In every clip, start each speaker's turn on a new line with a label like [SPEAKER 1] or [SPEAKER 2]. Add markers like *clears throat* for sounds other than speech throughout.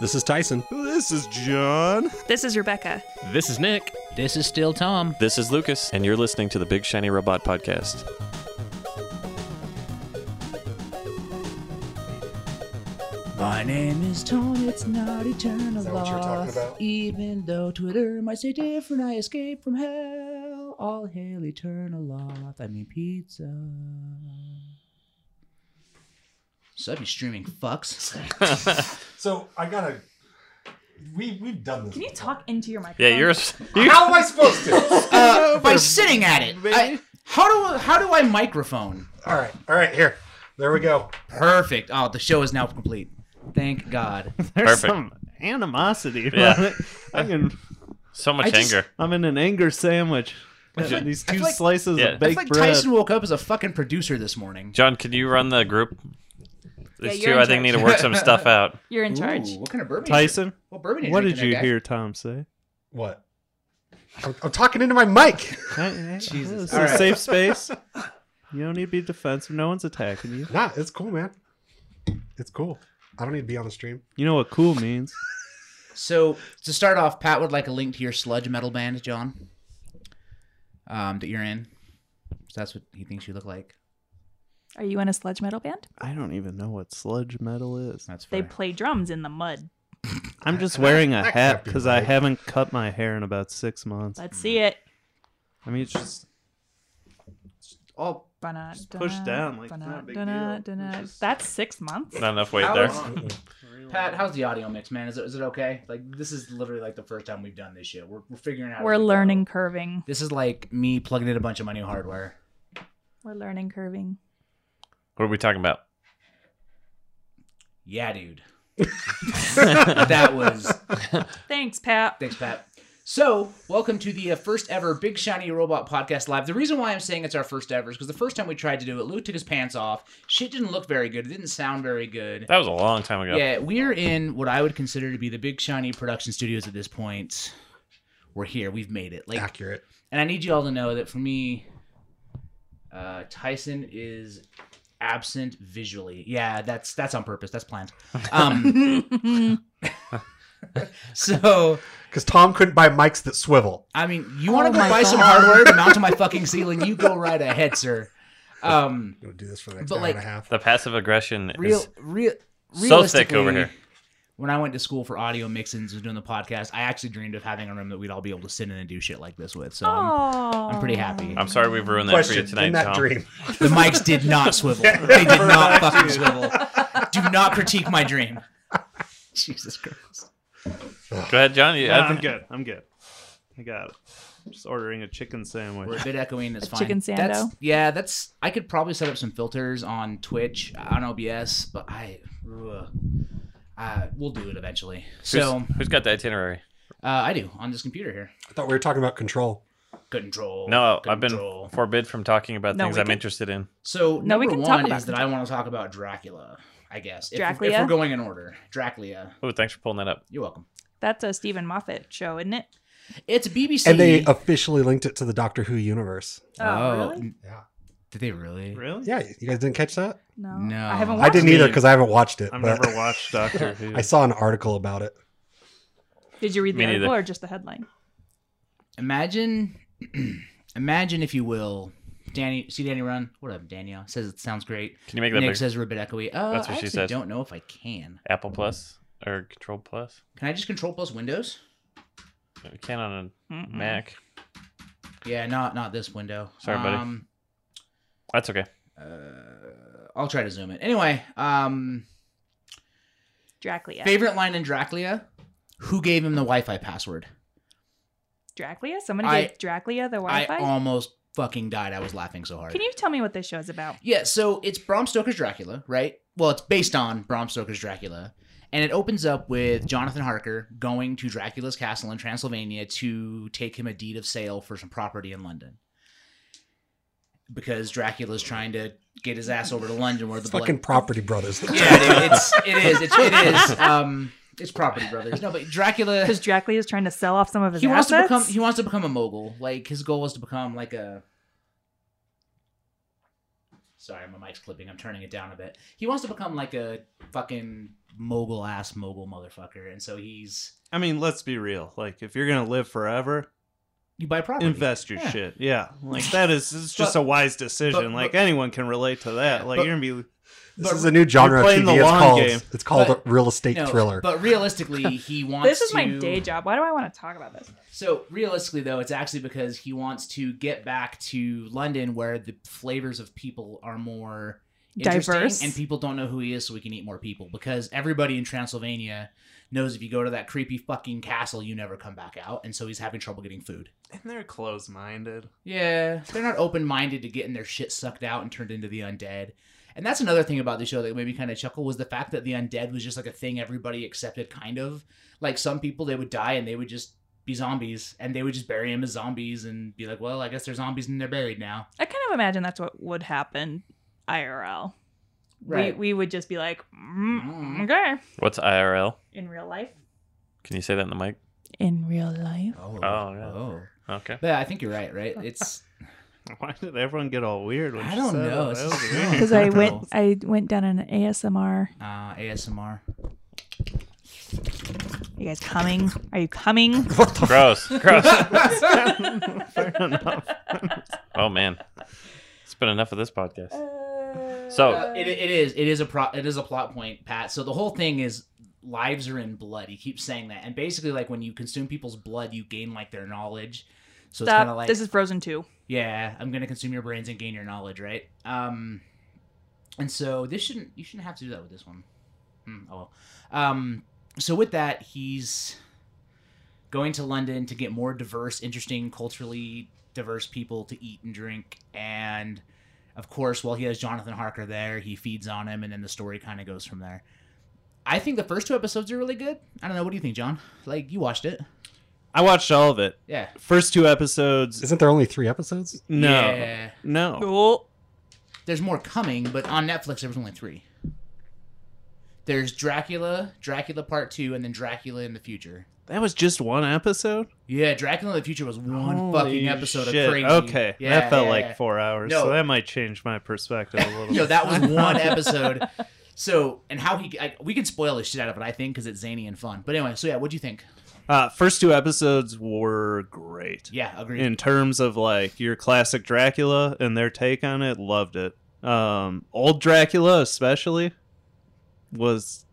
[SPEAKER 1] This is Tyson.
[SPEAKER 2] This is John.
[SPEAKER 3] This is Rebecca.
[SPEAKER 4] This is Nick.
[SPEAKER 5] This is still Tom.
[SPEAKER 6] This is Lucas, and you're listening to the Big Shiny Robot Podcast.
[SPEAKER 5] My name is Tom. It's not eternal loss. Even though Twitter might say different, I escape from hell. All hail eternal loss. I mean pizza. Sub you streaming fucks.
[SPEAKER 7] So I gotta. We we've done this.
[SPEAKER 3] Can you talk into your microphone?
[SPEAKER 6] Yeah, you're.
[SPEAKER 7] How am I supposed to? *laughs*
[SPEAKER 5] Uh, by sitting at it. I- how do how do I microphone?
[SPEAKER 7] all right, all right, here. There we go.
[SPEAKER 5] Perfect. Oh, the show is now complete. Thank God.
[SPEAKER 6] Perfect.
[SPEAKER 2] There's some animosity.
[SPEAKER 6] Yeah.
[SPEAKER 2] about it. I can,
[SPEAKER 6] *laughs* So much
[SPEAKER 5] I just-
[SPEAKER 6] anger.
[SPEAKER 2] I'm in an anger sandwich.
[SPEAKER 5] feel like-
[SPEAKER 2] These
[SPEAKER 5] I
[SPEAKER 2] two
[SPEAKER 5] feel like-
[SPEAKER 2] slices
[SPEAKER 6] Yeah. I
[SPEAKER 2] of
[SPEAKER 6] feel
[SPEAKER 5] It's
[SPEAKER 2] baked
[SPEAKER 5] like
[SPEAKER 2] bread.
[SPEAKER 5] Tyson woke up as a fucking producer this morning.
[SPEAKER 6] John, can you run the group? These
[SPEAKER 3] you're
[SPEAKER 6] two,
[SPEAKER 3] in
[SPEAKER 6] I think, need
[SPEAKER 3] charge.
[SPEAKER 6] to work some stuff out.
[SPEAKER 3] You're in charge.
[SPEAKER 5] Ooh, what kind of bourbon?
[SPEAKER 2] Tyson,
[SPEAKER 5] What bourbon? you
[SPEAKER 2] what did
[SPEAKER 5] drinking
[SPEAKER 2] you
[SPEAKER 5] there, guys?
[SPEAKER 2] hear
[SPEAKER 5] *laughs*
[SPEAKER 2] Tom say?
[SPEAKER 7] What? I'm, I'm talking into my mic.
[SPEAKER 5] Jesus.
[SPEAKER 2] Jesus. This is
[SPEAKER 5] All
[SPEAKER 2] a
[SPEAKER 5] right.
[SPEAKER 2] safe
[SPEAKER 5] *laughs*
[SPEAKER 2] space. You don't need to be defensive. No one's attacking you.
[SPEAKER 7] Nah, it's cool, man. It's cool. I don't need to be on the stream.
[SPEAKER 2] You know what cool means.
[SPEAKER 5] So to start off, Pat would like a link to your sludge metal band, John, um, that you're in. So that's what he thinks you look like.
[SPEAKER 3] Are you in a sledge metal band?
[SPEAKER 2] I don't even know what sludge metal is.
[SPEAKER 5] That's
[SPEAKER 3] They
[SPEAKER 5] fair.
[SPEAKER 3] play drums in the mud.
[SPEAKER 2] I'm just wearing a
[SPEAKER 7] that
[SPEAKER 2] hat
[SPEAKER 7] can't be
[SPEAKER 2] because I
[SPEAKER 7] right.
[SPEAKER 2] haven't cut my hair in about six months.
[SPEAKER 3] Let's see it.
[SPEAKER 2] I mean, it's just all Just push down, like, it's not a big deal. It's just-
[SPEAKER 3] That's six months.
[SPEAKER 6] Not enough weight
[SPEAKER 5] How
[SPEAKER 6] there.
[SPEAKER 5] long- Pat, how's the audio mix, man? Is it, is it okay? Like this is literally like the first time we've done this shit. We're, we're figuring out.
[SPEAKER 3] We're
[SPEAKER 5] as we go.
[SPEAKER 3] learning curving.
[SPEAKER 5] This is like me plugging in a bunch of my new hardware.
[SPEAKER 3] We're learning curving.
[SPEAKER 6] What are we talking about?
[SPEAKER 5] Yeah, dude. that was
[SPEAKER 3] Thanks, Pat.
[SPEAKER 5] Thanks, Pat. So, welcome to the uh, first ever Big Shiny Robot Podcast Live. The reason why I'm saying it's our first ever is because the first time we tried to do it, Luke took his pants off. Shit didn't look very good. It didn't sound very good.
[SPEAKER 6] That was a long time ago.
[SPEAKER 5] Yeah, we're in what I would consider to be the Big Shiny Production Studios at this point. We're here. We've made it. Like,
[SPEAKER 7] Accurate.
[SPEAKER 5] and I need you all to know that for me, uh, Tyson is absent visually. Yeah, that's that's on purpose. That's planned.
[SPEAKER 6] *laughs*
[SPEAKER 5] Um,
[SPEAKER 3] *laughs*
[SPEAKER 5] so
[SPEAKER 7] Because Tom couldn't buy mics that swivel.
[SPEAKER 5] I mean, you want to
[SPEAKER 3] Oh
[SPEAKER 5] go
[SPEAKER 3] my
[SPEAKER 5] buy some
[SPEAKER 3] God.
[SPEAKER 5] hardware to mount to my fucking ceiling? You go right ahead, sir. Um,
[SPEAKER 7] I'm gonna do this for the next
[SPEAKER 5] But,
[SPEAKER 7] hour
[SPEAKER 5] like,
[SPEAKER 7] and a half.
[SPEAKER 6] The passive aggression
[SPEAKER 5] real,
[SPEAKER 6] is
[SPEAKER 5] real,
[SPEAKER 6] so thick over
[SPEAKER 5] realistically,
[SPEAKER 6] here.
[SPEAKER 5] When I went to school for audio mixins and doing the podcast, I actually dreamed of having a room that we'd all be able to sit in and do shit like this with. So I'm,
[SPEAKER 3] Oh,
[SPEAKER 5] I'm pretty happy.
[SPEAKER 6] I'm sorry we've ruined that for
[SPEAKER 7] Question
[SPEAKER 6] you tonight,
[SPEAKER 7] in that
[SPEAKER 6] Tom.
[SPEAKER 7] dream.
[SPEAKER 5] The mics did not swivel. They did not fucking swivel. Do not critique my dream. Jesus Christ.
[SPEAKER 6] Go ahead, John. You, I
[SPEAKER 2] I'm
[SPEAKER 6] think-
[SPEAKER 2] good. I'm good. I got it. I'm just ordering a chicken
[SPEAKER 5] We're
[SPEAKER 2] sandwich.
[SPEAKER 5] a bit echoing. That's
[SPEAKER 3] A
[SPEAKER 5] fine.
[SPEAKER 3] chicken sando.
[SPEAKER 5] That's, yeah, that's. I could probably set up some filters on Twitch on OBS, but I, ugh. uh, we'll do it eventually.
[SPEAKER 6] who's,
[SPEAKER 5] So uh,
[SPEAKER 6] who's got the itinerary?
[SPEAKER 5] I do on this computer here.
[SPEAKER 7] I thought we were talking about control.
[SPEAKER 5] Control.
[SPEAKER 6] No, I've
[SPEAKER 5] control.
[SPEAKER 6] been forbid from talking about
[SPEAKER 3] No,
[SPEAKER 6] things
[SPEAKER 3] we
[SPEAKER 6] I'm
[SPEAKER 3] can-
[SPEAKER 6] interested in.
[SPEAKER 5] So
[SPEAKER 3] No,
[SPEAKER 5] number
[SPEAKER 3] we can talk
[SPEAKER 5] one
[SPEAKER 3] about
[SPEAKER 5] is that I want to talk about Dracula. I guess if, if
[SPEAKER 3] Dracula?
[SPEAKER 5] we're going in order, Dracula.
[SPEAKER 6] Oh, thanks for pulling that up.
[SPEAKER 5] You're welcome.
[SPEAKER 3] That's a Stephen Moffat show, isn't it?
[SPEAKER 5] It's BBC.
[SPEAKER 7] And they uh, officially linked it to the Doctor Who universe.
[SPEAKER 2] Oh,
[SPEAKER 3] Oh, really?
[SPEAKER 7] Yeah.
[SPEAKER 5] Oh, Did they really?
[SPEAKER 2] Really?
[SPEAKER 7] Yeah, you guys didn't catch that?
[SPEAKER 3] No,
[SPEAKER 5] No.
[SPEAKER 3] I haven't. Watched
[SPEAKER 7] I didn't
[SPEAKER 3] it.
[SPEAKER 7] either because I haven't watched it.
[SPEAKER 2] I've
[SPEAKER 7] but
[SPEAKER 2] never
[SPEAKER 5] *laughs*
[SPEAKER 2] watched Doctor Who.
[SPEAKER 7] I saw an article about it.
[SPEAKER 3] Did you read the
[SPEAKER 6] Me neither.
[SPEAKER 3] article or just the headline?
[SPEAKER 5] Imagine, *clears throat* imagine if you will, Danny. See Danny run. What up, Danielle? Says it sounds great.
[SPEAKER 6] Can you make that
[SPEAKER 5] Nick
[SPEAKER 6] big?
[SPEAKER 5] says we're a bit echoey. Uh,
[SPEAKER 6] That's what
[SPEAKER 5] I
[SPEAKER 6] she
[SPEAKER 5] actually
[SPEAKER 6] says.
[SPEAKER 5] don't know if I can.
[SPEAKER 6] Apple Plus or Control Plus?
[SPEAKER 5] Can I just control plus Windows?
[SPEAKER 6] No, You can on a
[SPEAKER 3] Mm-mm.
[SPEAKER 6] Mac.
[SPEAKER 5] Yeah, not not this window.
[SPEAKER 6] Sorry, buddy.
[SPEAKER 5] Um,
[SPEAKER 6] That's okay.
[SPEAKER 5] uh, I'll try to zoom it. Anyway, um,
[SPEAKER 3] Dracula.
[SPEAKER 5] favorite line in Dracula. Who gave him the Wi-Fi password?
[SPEAKER 3] Dracula. Somebody
[SPEAKER 5] I-
[SPEAKER 3] gave Dracula the Wi-Fi.
[SPEAKER 5] I almost fucking died. I was laughing so hard.
[SPEAKER 3] Can you tell me what this show is about?
[SPEAKER 5] Yeah, so it's Bram Stoker's Dracula, right? Well, it's based on Bram Stoker's Dracula. And it opens up with Jonathan Harker going to Dracula's castle in Transylvania to take him a deed of sale for some property in London. Because Dracula's trying to get his ass over to London where the blood-
[SPEAKER 7] Fucking Property
[SPEAKER 5] *laughs*
[SPEAKER 7] Brothers.
[SPEAKER 5] Yeah, dude, it's it is. It's it is. Um it's property brothers. No, but Dracula *laughs*
[SPEAKER 3] Because Dracula is trying to sell off some of his
[SPEAKER 5] he wants to
[SPEAKER 3] assets.
[SPEAKER 5] become he wants to become a mogul. Like his goal is to become like a Sorry, my mic's clipping. I'm turning it down a bit. He wants to become like a fucking mogul ass mogul motherfucker, and so he's
[SPEAKER 2] I mean, let's be real. Like, if you're gonna live forever,
[SPEAKER 5] you buy property.
[SPEAKER 2] invest your
[SPEAKER 5] Yeah.
[SPEAKER 2] shit.
[SPEAKER 5] *laughs*
[SPEAKER 2] Yeah, like that is it's just
[SPEAKER 5] But-
[SPEAKER 2] a wise decision.
[SPEAKER 5] but-
[SPEAKER 2] like anyone can relate to that. Like
[SPEAKER 5] but-
[SPEAKER 2] you're gonna be
[SPEAKER 5] But-
[SPEAKER 1] This is a new genre of
[SPEAKER 2] playing
[SPEAKER 1] TV.
[SPEAKER 2] the
[SPEAKER 1] It's
[SPEAKER 2] long
[SPEAKER 1] called
[SPEAKER 2] game.
[SPEAKER 1] it's called
[SPEAKER 5] But-
[SPEAKER 1] a real estate
[SPEAKER 5] No,
[SPEAKER 1] thriller.
[SPEAKER 5] But
[SPEAKER 1] *laughs*
[SPEAKER 5] realistically, he wants.
[SPEAKER 3] This is my
[SPEAKER 5] to-
[SPEAKER 3] day job. Why do I want to talk about this?
[SPEAKER 5] So realistically, though, it's actually because he wants to get back to London, where the flavors of people are more interesting
[SPEAKER 3] Diverse.
[SPEAKER 5] and people don't know who he is, so we can eat more people. Because everybody in Transylvania knows if you go to that creepy fucking castle, you never come back out, and so he's having trouble getting food.
[SPEAKER 2] and they're close minded.
[SPEAKER 5] Yeah, they're not open minded to getting their shit sucked out and turned into the undead. And that's another thing about the show that made me kind of chuckle was the fact that the undead was just like a thing everybody accepted, kind of. Like some people, they would die and they would just be zombies, and they would just bury them as zombies and be like, well, I guess they're zombies and they're buried now.
[SPEAKER 3] I kind of imagine that's what would happen IRL.
[SPEAKER 5] Right.
[SPEAKER 3] We, we would just be like,
[SPEAKER 5] Mm.
[SPEAKER 3] mm, okay.
[SPEAKER 6] What's IRL?
[SPEAKER 3] In real life?
[SPEAKER 6] Can you say that in the mic?
[SPEAKER 3] In real life?
[SPEAKER 5] *laughs* Oh,
[SPEAKER 6] Oh, yeah. Okay.
[SPEAKER 5] But I think you're right, right? It's
[SPEAKER 2] *laughs* Why did everyone get all weird? When
[SPEAKER 5] I
[SPEAKER 2] she
[SPEAKER 5] don't
[SPEAKER 2] said
[SPEAKER 5] know.
[SPEAKER 2] it?
[SPEAKER 5] It's
[SPEAKER 2] That was
[SPEAKER 5] just- *laughs*
[SPEAKER 2] weird.
[SPEAKER 3] Because
[SPEAKER 5] I
[SPEAKER 3] I
[SPEAKER 5] don't
[SPEAKER 3] went I went down an ASMR.
[SPEAKER 5] uh,
[SPEAKER 3] *laughs*
[SPEAKER 5] ASMR.
[SPEAKER 3] you guys coming? Are you coming?
[SPEAKER 1] what the
[SPEAKER 6] *laughs* Gross. Gross.
[SPEAKER 2] *laughs* Fair enough.
[SPEAKER 6] Oh man, it's been enough of this
[SPEAKER 3] Uh,
[SPEAKER 6] podcast. So-
[SPEAKER 5] Uh, it, it is it is a pro it is a plot point pat so the whole thing is lives are in blood he keeps saying that and basically like when you consume people's blood you gain like their knowledge so it's kind of
[SPEAKER 3] Stop.
[SPEAKER 5] like
[SPEAKER 3] this is Frozen 2.
[SPEAKER 5] yeah i'm gonna consume your brains and gain your knowledge right um and so this shouldn't you shouldn't have to do that with this one Hmm, oh well um so with that he's going to london to get more diverse interesting culturally diverse people to eat and drink and of course while he has jonathan harker there he feeds on him and then the story kind of goes from there i think the first two episodes are really good i don't know what do you think john like you watched it
[SPEAKER 2] I watched all of it.
[SPEAKER 5] yeah
[SPEAKER 2] First two episodes.
[SPEAKER 1] Isn't there only three episodes?
[SPEAKER 2] no,
[SPEAKER 5] yeah.
[SPEAKER 2] no.
[SPEAKER 3] Oh.
[SPEAKER 5] there's more coming, but on Netflix there was only three. There's Dracula, Dracula Part Two, and then Dracula in the Future.
[SPEAKER 2] That was just one episode.
[SPEAKER 5] Yeah, Dracula in the Future was one
[SPEAKER 2] Holy
[SPEAKER 5] fucking episode
[SPEAKER 2] shit.
[SPEAKER 5] of crazy.
[SPEAKER 2] Okay,
[SPEAKER 5] Yeah,
[SPEAKER 2] that felt
[SPEAKER 5] yeah,
[SPEAKER 2] like
[SPEAKER 5] yeah.
[SPEAKER 2] four hours,
[SPEAKER 5] No.
[SPEAKER 2] so that might change my perspective a
[SPEAKER 5] *laughs*
[SPEAKER 2] little.
[SPEAKER 5] Yo,
[SPEAKER 2] bit.
[SPEAKER 5] that was one
[SPEAKER 2] *laughs*
[SPEAKER 5] episode. So, and how he, I, we can spoil the shit out of it, I think, because it's zany and fun. But anyway, so yeah, what'd you think?
[SPEAKER 2] Uh, first two episodes were great
[SPEAKER 5] Yeah, agreed.
[SPEAKER 2] in terms of like your classic Dracula and their take on it. Loved it. Um, old Dracula especially was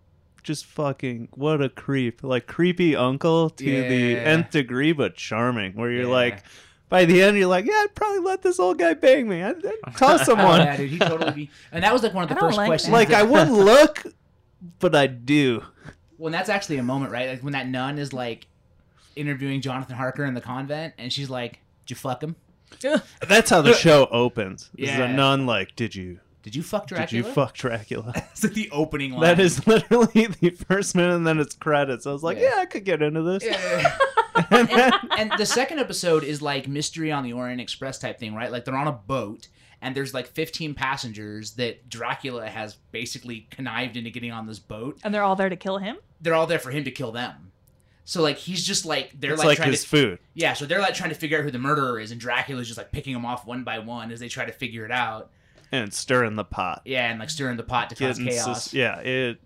[SPEAKER 2] just fucking what a creep, like creepy uncle to the
[SPEAKER 5] Yeah.
[SPEAKER 2] nth degree, but charming. Where you're
[SPEAKER 5] Yeah.
[SPEAKER 2] like, by the end, you're like, yeah, I'd probably let this old guy bang me. I'd,
[SPEAKER 5] *laughs*
[SPEAKER 2] I'd toss
[SPEAKER 5] Oh,
[SPEAKER 2] someone.
[SPEAKER 5] yeah, dude, he totally be, and that was like one of
[SPEAKER 3] I
[SPEAKER 5] the
[SPEAKER 3] don't
[SPEAKER 5] first
[SPEAKER 3] like
[SPEAKER 5] questions.
[SPEAKER 3] that.
[SPEAKER 2] like
[SPEAKER 5] *laughs*
[SPEAKER 2] I wouldn't look, but I do.
[SPEAKER 5] Well, that's actually a moment, right? Like when that nun is like interviewing Jonathan Harker in the convent, and she's like, "Did you fuck him?
[SPEAKER 2] That's *laughs* how the show opens. Is
[SPEAKER 5] Yeah.
[SPEAKER 2] a nun like, did you
[SPEAKER 5] Did you fuck Dracula?
[SPEAKER 2] did
[SPEAKER 5] *laughs*
[SPEAKER 2] you fuck Dracula?
[SPEAKER 5] It's like the opening line.
[SPEAKER 2] that is *laughs* literally the first minute, and then it's credits. I was like,
[SPEAKER 5] Yeah.
[SPEAKER 2] yeah, I could get into this.
[SPEAKER 5] Yeah.
[SPEAKER 2] *laughs* And then-
[SPEAKER 5] *laughs* and the second episode is like mystery on the Orient Express type thing, right? Like they're on a boat and there's like 15 passengers that Dracula has basically connived into getting on this boat.
[SPEAKER 3] And they're all there to kill him?
[SPEAKER 5] They're all there for him to kill them. So like he's just like they're
[SPEAKER 2] it's
[SPEAKER 5] like,
[SPEAKER 2] like,
[SPEAKER 5] trying
[SPEAKER 2] his
[SPEAKER 5] to
[SPEAKER 2] food.
[SPEAKER 5] yeah, so they're like trying to figure out who the murderer is, and Dracula's just like picking them off one by one as they try to figure it out.
[SPEAKER 2] And stirring the pot.
[SPEAKER 5] Yeah, and like stirring the pot to cause
[SPEAKER 2] Getting sus-
[SPEAKER 5] chaos.
[SPEAKER 2] yeah, it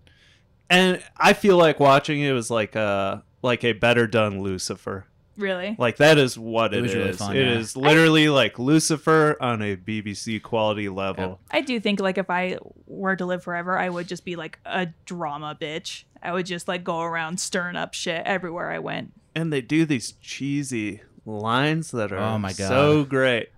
[SPEAKER 2] and I feel like watching it was like a like a better done Lucifer.
[SPEAKER 3] Really?
[SPEAKER 2] Like that is what
[SPEAKER 5] It
[SPEAKER 2] it
[SPEAKER 5] was
[SPEAKER 2] is.
[SPEAKER 5] really
[SPEAKER 2] It is
[SPEAKER 5] fun, yeah.
[SPEAKER 2] literally like Lucifer on a BBC quality level.
[SPEAKER 3] I do think like if I were to live forever, I would just be like a drama bitch. I would just like go around stirring up shit everywhere I went.
[SPEAKER 2] and they do these cheesy lines that are
[SPEAKER 5] Oh my God.
[SPEAKER 2] so great.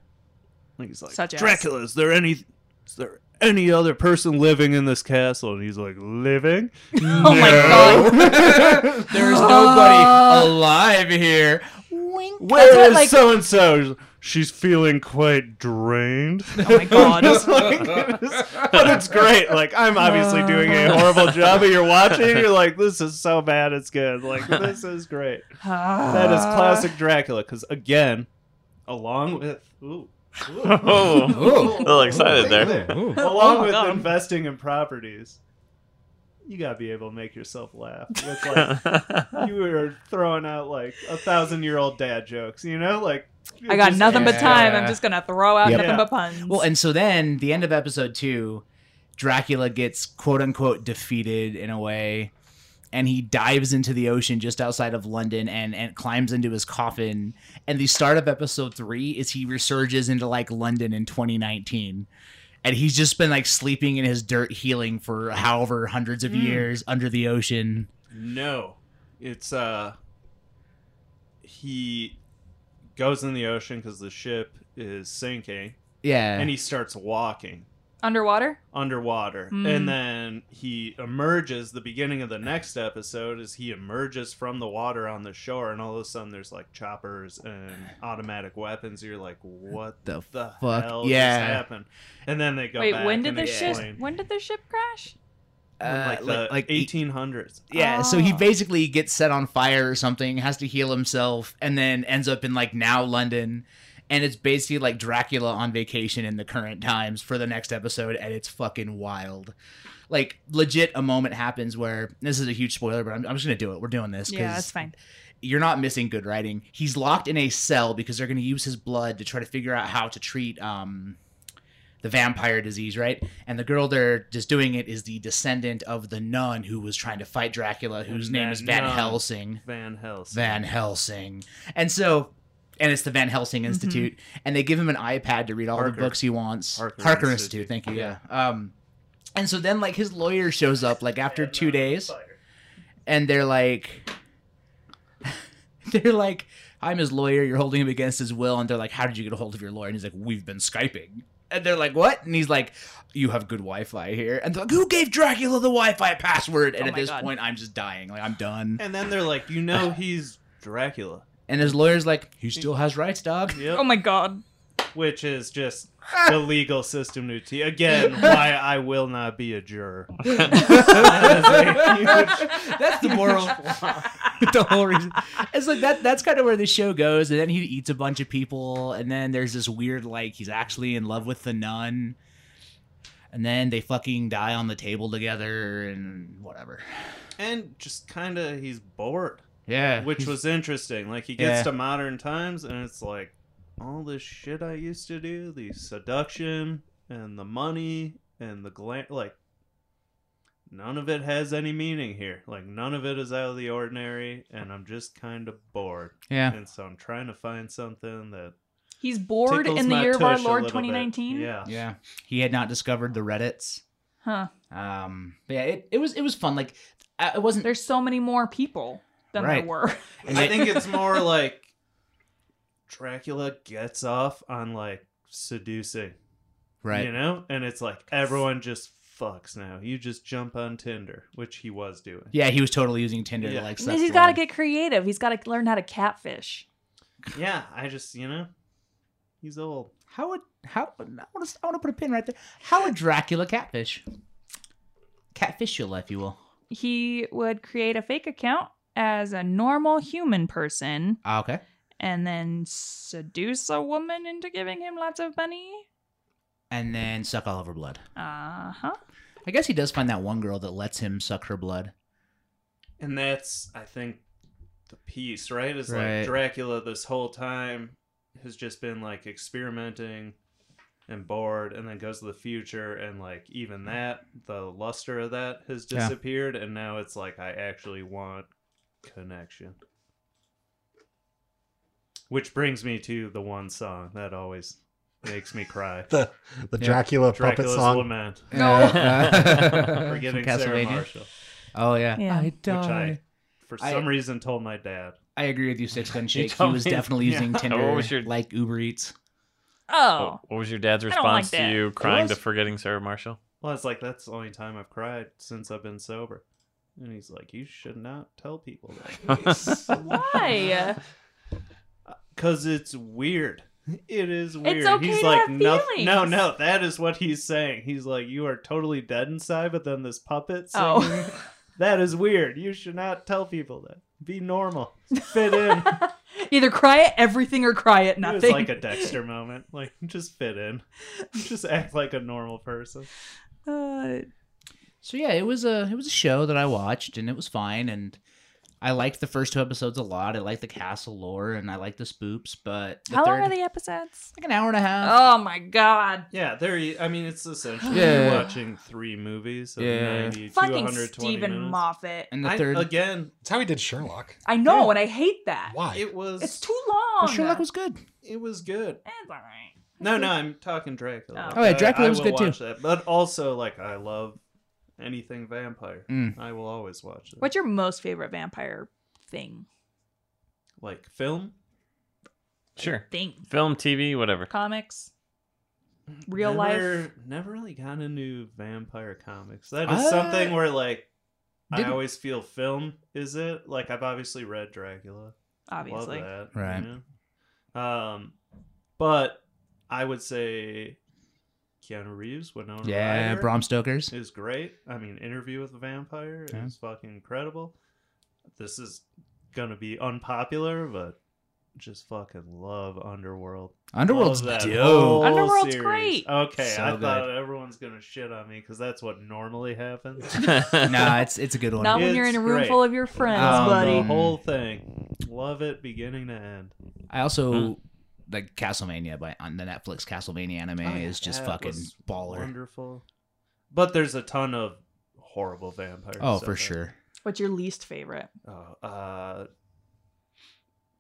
[SPEAKER 2] Like he's like,
[SPEAKER 3] Such as-
[SPEAKER 2] Dracula, is there any is there any other person living in this castle? And he's like, living?
[SPEAKER 3] *laughs* Oh my god.
[SPEAKER 2] *laughs*
[SPEAKER 3] Oh.
[SPEAKER 5] There's nobody alive here. Wink.
[SPEAKER 3] That's what,
[SPEAKER 2] Where
[SPEAKER 3] like-
[SPEAKER 2] is so and so? She's feeling quite drained.
[SPEAKER 3] Oh
[SPEAKER 2] *laughs*
[SPEAKER 3] my god.
[SPEAKER 2] Just like, it is- but it's great. Like I'm obviously doing
[SPEAKER 3] *laughs*
[SPEAKER 2] a horrible job, but you're watching. You're like, this is so bad. It's good. Like this is great. *sighs* That is classic Dracula. Because again, along with ooh,
[SPEAKER 6] Oh,
[SPEAKER 3] *laughs*
[SPEAKER 5] Ooh. Oh,
[SPEAKER 6] *laughs* a little excited there.
[SPEAKER 1] Ooh.
[SPEAKER 5] *laughs*
[SPEAKER 2] along
[SPEAKER 3] my
[SPEAKER 2] with
[SPEAKER 3] God.
[SPEAKER 2] investing in properties, you gotta be able to make yourself laugh. With,
[SPEAKER 3] *laughs*
[SPEAKER 6] *laughs*
[SPEAKER 2] like, you were throwing out like a thousand year old dad jokes, you know? Like
[SPEAKER 3] I got
[SPEAKER 2] just-
[SPEAKER 3] nothing but
[SPEAKER 5] Yeah.
[SPEAKER 3] time. I'm just gonna throw out
[SPEAKER 5] Yep.
[SPEAKER 3] nothing
[SPEAKER 2] Yeah.
[SPEAKER 3] but puns.
[SPEAKER 5] Well, and so then the end of episode two, Dracula gets quote unquote defeated in a way, and he dives into the ocean just outside of London and and climbs into his coffin. And the start of episode three is he resurges into like London in 2019. And he's just been like sleeping in his dirt, healing for however hundreds of
[SPEAKER 2] Mm.
[SPEAKER 5] years under the ocean.
[SPEAKER 2] No. It's uh he goes in the ocean cuz the ship is sinking
[SPEAKER 5] Yeah,
[SPEAKER 2] and he starts walking
[SPEAKER 3] underwater.
[SPEAKER 2] underwater.
[SPEAKER 5] Hmm.
[SPEAKER 3] Mm.
[SPEAKER 2] And then he emerges the beginning of the next episode is he emerges from the water on the shore and all of a sudden there's like choppers and automatic weapons. You're like, "What
[SPEAKER 5] The
[SPEAKER 2] the
[SPEAKER 5] fuck?
[SPEAKER 2] hell
[SPEAKER 5] Yeah.
[SPEAKER 2] just happened?" And then they go
[SPEAKER 3] Wait,
[SPEAKER 2] back
[SPEAKER 3] when did
[SPEAKER 2] and
[SPEAKER 3] the ship?
[SPEAKER 2] explain.
[SPEAKER 3] When did the ship crash?
[SPEAKER 5] Uh,
[SPEAKER 2] like the
[SPEAKER 5] like- like
[SPEAKER 2] 1800s.
[SPEAKER 5] Yeah, so he
[SPEAKER 3] Oh.
[SPEAKER 5] basically gets set on fire or something, has to heal himself, and then ends up in like now London. And it's basically like Dracula on vacation in the current times for the next episode, and it's fucking wild. Like, legit, a moment happens where this is a huge spoiler, but I'm, I'm just gonna do it. We're doing this
[SPEAKER 3] Yeah, that's fine.
[SPEAKER 5] you're not missing good writing. He's locked in a cell because they're going to use his blood to try to figure out how to treat um, the vampire disease, right? And the girl they're just doing it is the descendant of the nun who was trying to fight Dracula, whose
[SPEAKER 2] And
[SPEAKER 5] name
[SPEAKER 2] that
[SPEAKER 5] is Van
[SPEAKER 2] nun.
[SPEAKER 5] Helsing.
[SPEAKER 2] Van Helsing.
[SPEAKER 5] Van Helsing. And so, and it's the Van Helsing Institute, and they give him an iPad to read all the
[SPEAKER 2] Harker.
[SPEAKER 5] books he wants. Harker,
[SPEAKER 2] Harker
[SPEAKER 5] Institute.
[SPEAKER 2] Institute.
[SPEAKER 5] thank you. Yeah. Um, and so then, like, his lawyer shows up, like, after two days, and they're like, *laughs* they're like, I'm his lawyer. You're holding him against his will. And they're like, How did you get a hold of your lawyer? And he's like, We've been Skyping. And they're like, What? And he's like, You have good Wi Fi here. And they're like, Who gave Dracula the Wi Fi password? And
[SPEAKER 3] Oh
[SPEAKER 5] at
[SPEAKER 3] my
[SPEAKER 5] this
[SPEAKER 3] God.
[SPEAKER 5] point, I'm just dying. Like, I'm done.
[SPEAKER 2] And then they're like, you know, he's
[SPEAKER 5] *laughs*
[SPEAKER 2] Dracula.
[SPEAKER 5] And his lawyer's like, he still has
[SPEAKER 3] *laughs*
[SPEAKER 5] rights, *laughs* dog.
[SPEAKER 2] Yep.
[SPEAKER 3] Oh my
[SPEAKER 2] *laughs*
[SPEAKER 3] god.
[SPEAKER 2] Which
[SPEAKER 5] *laughs*
[SPEAKER 2] is just the legal system to tea. Again, why I will not be a juror. That is a huge-
[SPEAKER 5] That's the *laughs* moral. *laughs* the whole reason. It's like that. That's kind of where the show goes. And then he eats a bunch of people. And then there's this weird, like, he's actually in love with the nun. And then they fucking die on the table together and whatever.
[SPEAKER 2] and just kind of, he's bored,
[SPEAKER 5] Yeah.
[SPEAKER 2] which
[SPEAKER 5] he's-
[SPEAKER 2] was interesting. Like, he gets
[SPEAKER 5] Yeah.
[SPEAKER 2] to modern times, and it's like, all this shit I used to do, the seduction, and the money, and the glam, like, none of it has any meaning here. Like, none of it is out of the ordinary, and I'm just kind of
[SPEAKER 5] *laughs*
[SPEAKER 2] bored.
[SPEAKER 5] Yeah.
[SPEAKER 2] And so I'm trying to find something that
[SPEAKER 3] *laughs* He's bored
[SPEAKER 2] tickles
[SPEAKER 3] in the
[SPEAKER 2] my
[SPEAKER 3] year of our
[SPEAKER 2] tush a
[SPEAKER 3] Lord
[SPEAKER 2] little bit.
[SPEAKER 3] 2019.
[SPEAKER 2] Yeah.
[SPEAKER 5] Yeah. He had not discovered the Reddits.
[SPEAKER 3] Huh.
[SPEAKER 5] Um, but yeah, it, it was it was fun. Like, I, it wasn't.
[SPEAKER 3] There's so many more people than
[SPEAKER 5] Right.
[SPEAKER 3] there were. *laughs*
[SPEAKER 5] and
[SPEAKER 2] I
[SPEAKER 5] it-
[SPEAKER 2] think it's more like Dracula gets off on like seducing,
[SPEAKER 5] right.
[SPEAKER 2] you know? And it's like everyone just fucks now. You just jump on Tinder, which he was doing.
[SPEAKER 5] Yeah, he was totally using Tinder
[SPEAKER 2] Yeah.
[SPEAKER 5] to like. suck
[SPEAKER 3] He's
[SPEAKER 5] the
[SPEAKER 3] got to
[SPEAKER 5] lung.
[SPEAKER 3] get creative. He's got to learn how to catfish.
[SPEAKER 2] *laughs* Yeah, I just, you know, he's old.
[SPEAKER 5] How would how I want to I want to put a pin right there. How would Dracula catfish? Catfish your life, you will.
[SPEAKER 3] He would create a fake account as a normal human person
[SPEAKER 5] Ah, okay.
[SPEAKER 3] and then seduce a woman into giving him lots of money.
[SPEAKER 5] And then suck all of her blood.
[SPEAKER 3] Uh huh.
[SPEAKER 5] I guess he does find that one girl that lets him suck her blood.
[SPEAKER 2] And that's, I think, the piece, right? Is
[SPEAKER 5] Right.
[SPEAKER 2] like Dracula this whole time has just been like experimenting and bored and then goes to the future and like even that the luster of that has
[SPEAKER 5] Yeah.
[SPEAKER 2] disappeared and now it's like I actually want connection. Which brings me to the one song that always makes me cry.
[SPEAKER 1] *laughs* The the
[SPEAKER 5] Yeah.
[SPEAKER 1] Dracula
[SPEAKER 2] Dracula's
[SPEAKER 1] puppet song.
[SPEAKER 2] Lament.
[SPEAKER 3] No.
[SPEAKER 2] *laughs*
[SPEAKER 5] Uh,
[SPEAKER 2] Forgetting
[SPEAKER 5] from
[SPEAKER 2] Sarah
[SPEAKER 5] Castlevania.
[SPEAKER 2] Marshall.
[SPEAKER 5] Oh yeah.
[SPEAKER 3] Yeah.
[SPEAKER 5] I
[SPEAKER 2] Which
[SPEAKER 5] die.
[SPEAKER 2] I for
[SPEAKER 5] I-
[SPEAKER 2] some reason told my dad.
[SPEAKER 5] I agree with you, Six Gun
[SPEAKER 6] You
[SPEAKER 5] Shake. He
[SPEAKER 6] told
[SPEAKER 5] was
[SPEAKER 6] me-
[SPEAKER 5] definitely
[SPEAKER 6] Yeah.
[SPEAKER 5] using Tinder
[SPEAKER 6] was your-
[SPEAKER 5] like Uber Eats.
[SPEAKER 3] Oh.
[SPEAKER 6] What what was your dad's
[SPEAKER 3] don't like
[SPEAKER 6] response to
[SPEAKER 3] that.
[SPEAKER 6] you crying to
[SPEAKER 5] was-
[SPEAKER 6] forgetting Sarah Marshall?
[SPEAKER 2] Well, it's like that's the only time I've cried since I've been sober. And he's like, "You should not tell people
[SPEAKER 3] *laughs*
[SPEAKER 2] that."
[SPEAKER 3] Why?
[SPEAKER 2] Cuz it's weird. It is weird.
[SPEAKER 3] okay
[SPEAKER 2] he's
[SPEAKER 3] to
[SPEAKER 2] like
[SPEAKER 3] have
[SPEAKER 2] "Noth- no,
[SPEAKER 3] feelings."
[SPEAKER 2] no, that is what he's saying. He's like, "You are totally dead inside, but then this puppet singing,
[SPEAKER 3] Oh.
[SPEAKER 2] that is weird. You should not tell people that. Be normal. Fit
[SPEAKER 3] *laughs*
[SPEAKER 2] in."
[SPEAKER 3] Either cry at everything or cry at
[SPEAKER 2] It
[SPEAKER 3] nothing.
[SPEAKER 2] was like a Dexter moment. *laughs* Like, just fit in. Just act like a normal person.
[SPEAKER 3] *laughs* Uh,
[SPEAKER 5] So yeah, it was a it was a show that I watched and it was fine and I liked the first two episodes a lot. I liked the castle lore and I liked the spoops, but the
[SPEAKER 3] How long
[SPEAKER 5] third-
[SPEAKER 3] are the episodes?
[SPEAKER 5] Like an hour and a half.
[SPEAKER 3] Oh my god.
[SPEAKER 2] Yeah, there. You, I mean, it's essentially
[SPEAKER 5] Yeah.
[SPEAKER 2] you're watching three movies. Of
[SPEAKER 5] Yeah.
[SPEAKER 2] 90 to
[SPEAKER 3] Fucking
[SPEAKER 2] 120
[SPEAKER 3] Stephen
[SPEAKER 2] minutes.
[SPEAKER 3] Moffat.
[SPEAKER 5] And the
[SPEAKER 2] I-
[SPEAKER 5] third,
[SPEAKER 2] again,
[SPEAKER 1] That's how he did Sherlock.
[SPEAKER 3] I know, and I hate
[SPEAKER 5] Uh,
[SPEAKER 3] that.
[SPEAKER 1] Why?
[SPEAKER 2] it was
[SPEAKER 3] It's too long.
[SPEAKER 5] but Sherlock was good.
[SPEAKER 2] it was good.
[SPEAKER 3] It's all right.
[SPEAKER 2] No, no, I'm talking Dracula.
[SPEAKER 3] Oh.
[SPEAKER 5] Oh, yeah,
[SPEAKER 2] I-
[SPEAKER 5] Dracula
[SPEAKER 2] I
[SPEAKER 5] was
[SPEAKER 2] will
[SPEAKER 5] good, too.
[SPEAKER 2] watch That. But also, like, I love anything vampire.
[SPEAKER 5] Mm.
[SPEAKER 2] I will always watch it.
[SPEAKER 3] What's your most favorite vampire thing?
[SPEAKER 2] like film?
[SPEAKER 6] Sure.
[SPEAKER 3] Thing.
[SPEAKER 6] Film, TV, whatever.
[SPEAKER 3] Comics. Real
[SPEAKER 2] never,
[SPEAKER 3] life.
[SPEAKER 2] Never really got into vampire comics. That is
[SPEAKER 5] I
[SPEAKER 2] something where like I
[SPEAKER 5] Uh, didn't-
[SPEAKER 2] always feel film is it? Like I've obviously read Dracula.
[SPEAKER 3] Obviously.
[SPEAKER 2] Love that.
[SPEAKER 5] Right.
[SPEAKER 2] you know? Um, but I would say Keanu Reeves, Winona
[SPEAKER 5] Yeah,
[SPEAKER 2] Ryder
[SPEAKER 5] Bram Stoker's.
[SPEAKER 2] is great. I mean, Interview with a Vampire
[SPEAKER 5] Yeah.
[SPEAKER 2] is fucking incredible. This is gonna be unpopular, but just fucking love Underworld.
[SPEAKER 5] Underworld's
[SPEAKER 2] Love that
[SPEAKER 5] dope.
[SPEAKER 2] whole
[SPEAKER 3] Underworld's great.
[SPEAKER 2] Okay,
[SPEAKER 5] So
[SPEAKER 2] I
[SPEAKER 5] good.
[SPEAKER 2] thought everyone's gonna shit on me because that's what normally happens.
[SPEAKER 5] *laughs*
[SPEAKER 2] Oh.
[SPEAKER 5] nah, it's it's a good
[SPEAKER 3] *laughs*
[SPEAKER 5] one.
[SPEAKER 3] Not when you're in
[SPEAKER 2] It's
[SPEAKER 3] a room
[SPEAKER 2] great.
[SPEAKER 3] full of your friends,
[SPEAKER 5] Um,
[SPEAKER 2] The
[SPEAKER 3] buddy.
[SPEAKER 2] whole thing, love it beginning to end.
[SPEAKER 5] I also like Castlevania by on the Netflix Castlevania anime
[SPEAKER 2] Oh, yeah,
[SPEAKER 5] is just
[SPEAKER 2] that
[SPEAKER 5] fucking
[SPEAKER 2] was
[SPEAKER 5] baller.
[SPEAKER 2] wonderful. But there's a ton of horrible vampires.
[SPEAKER 5] Oh,
[SPEAKER 2] out
[SPEAKER 5] for
[SPEAKER 2] there.
[SPEAKER 5] sure.
[SPEAKER 3] What's your least favorite?
[SPEAKER 2] Oh, uh,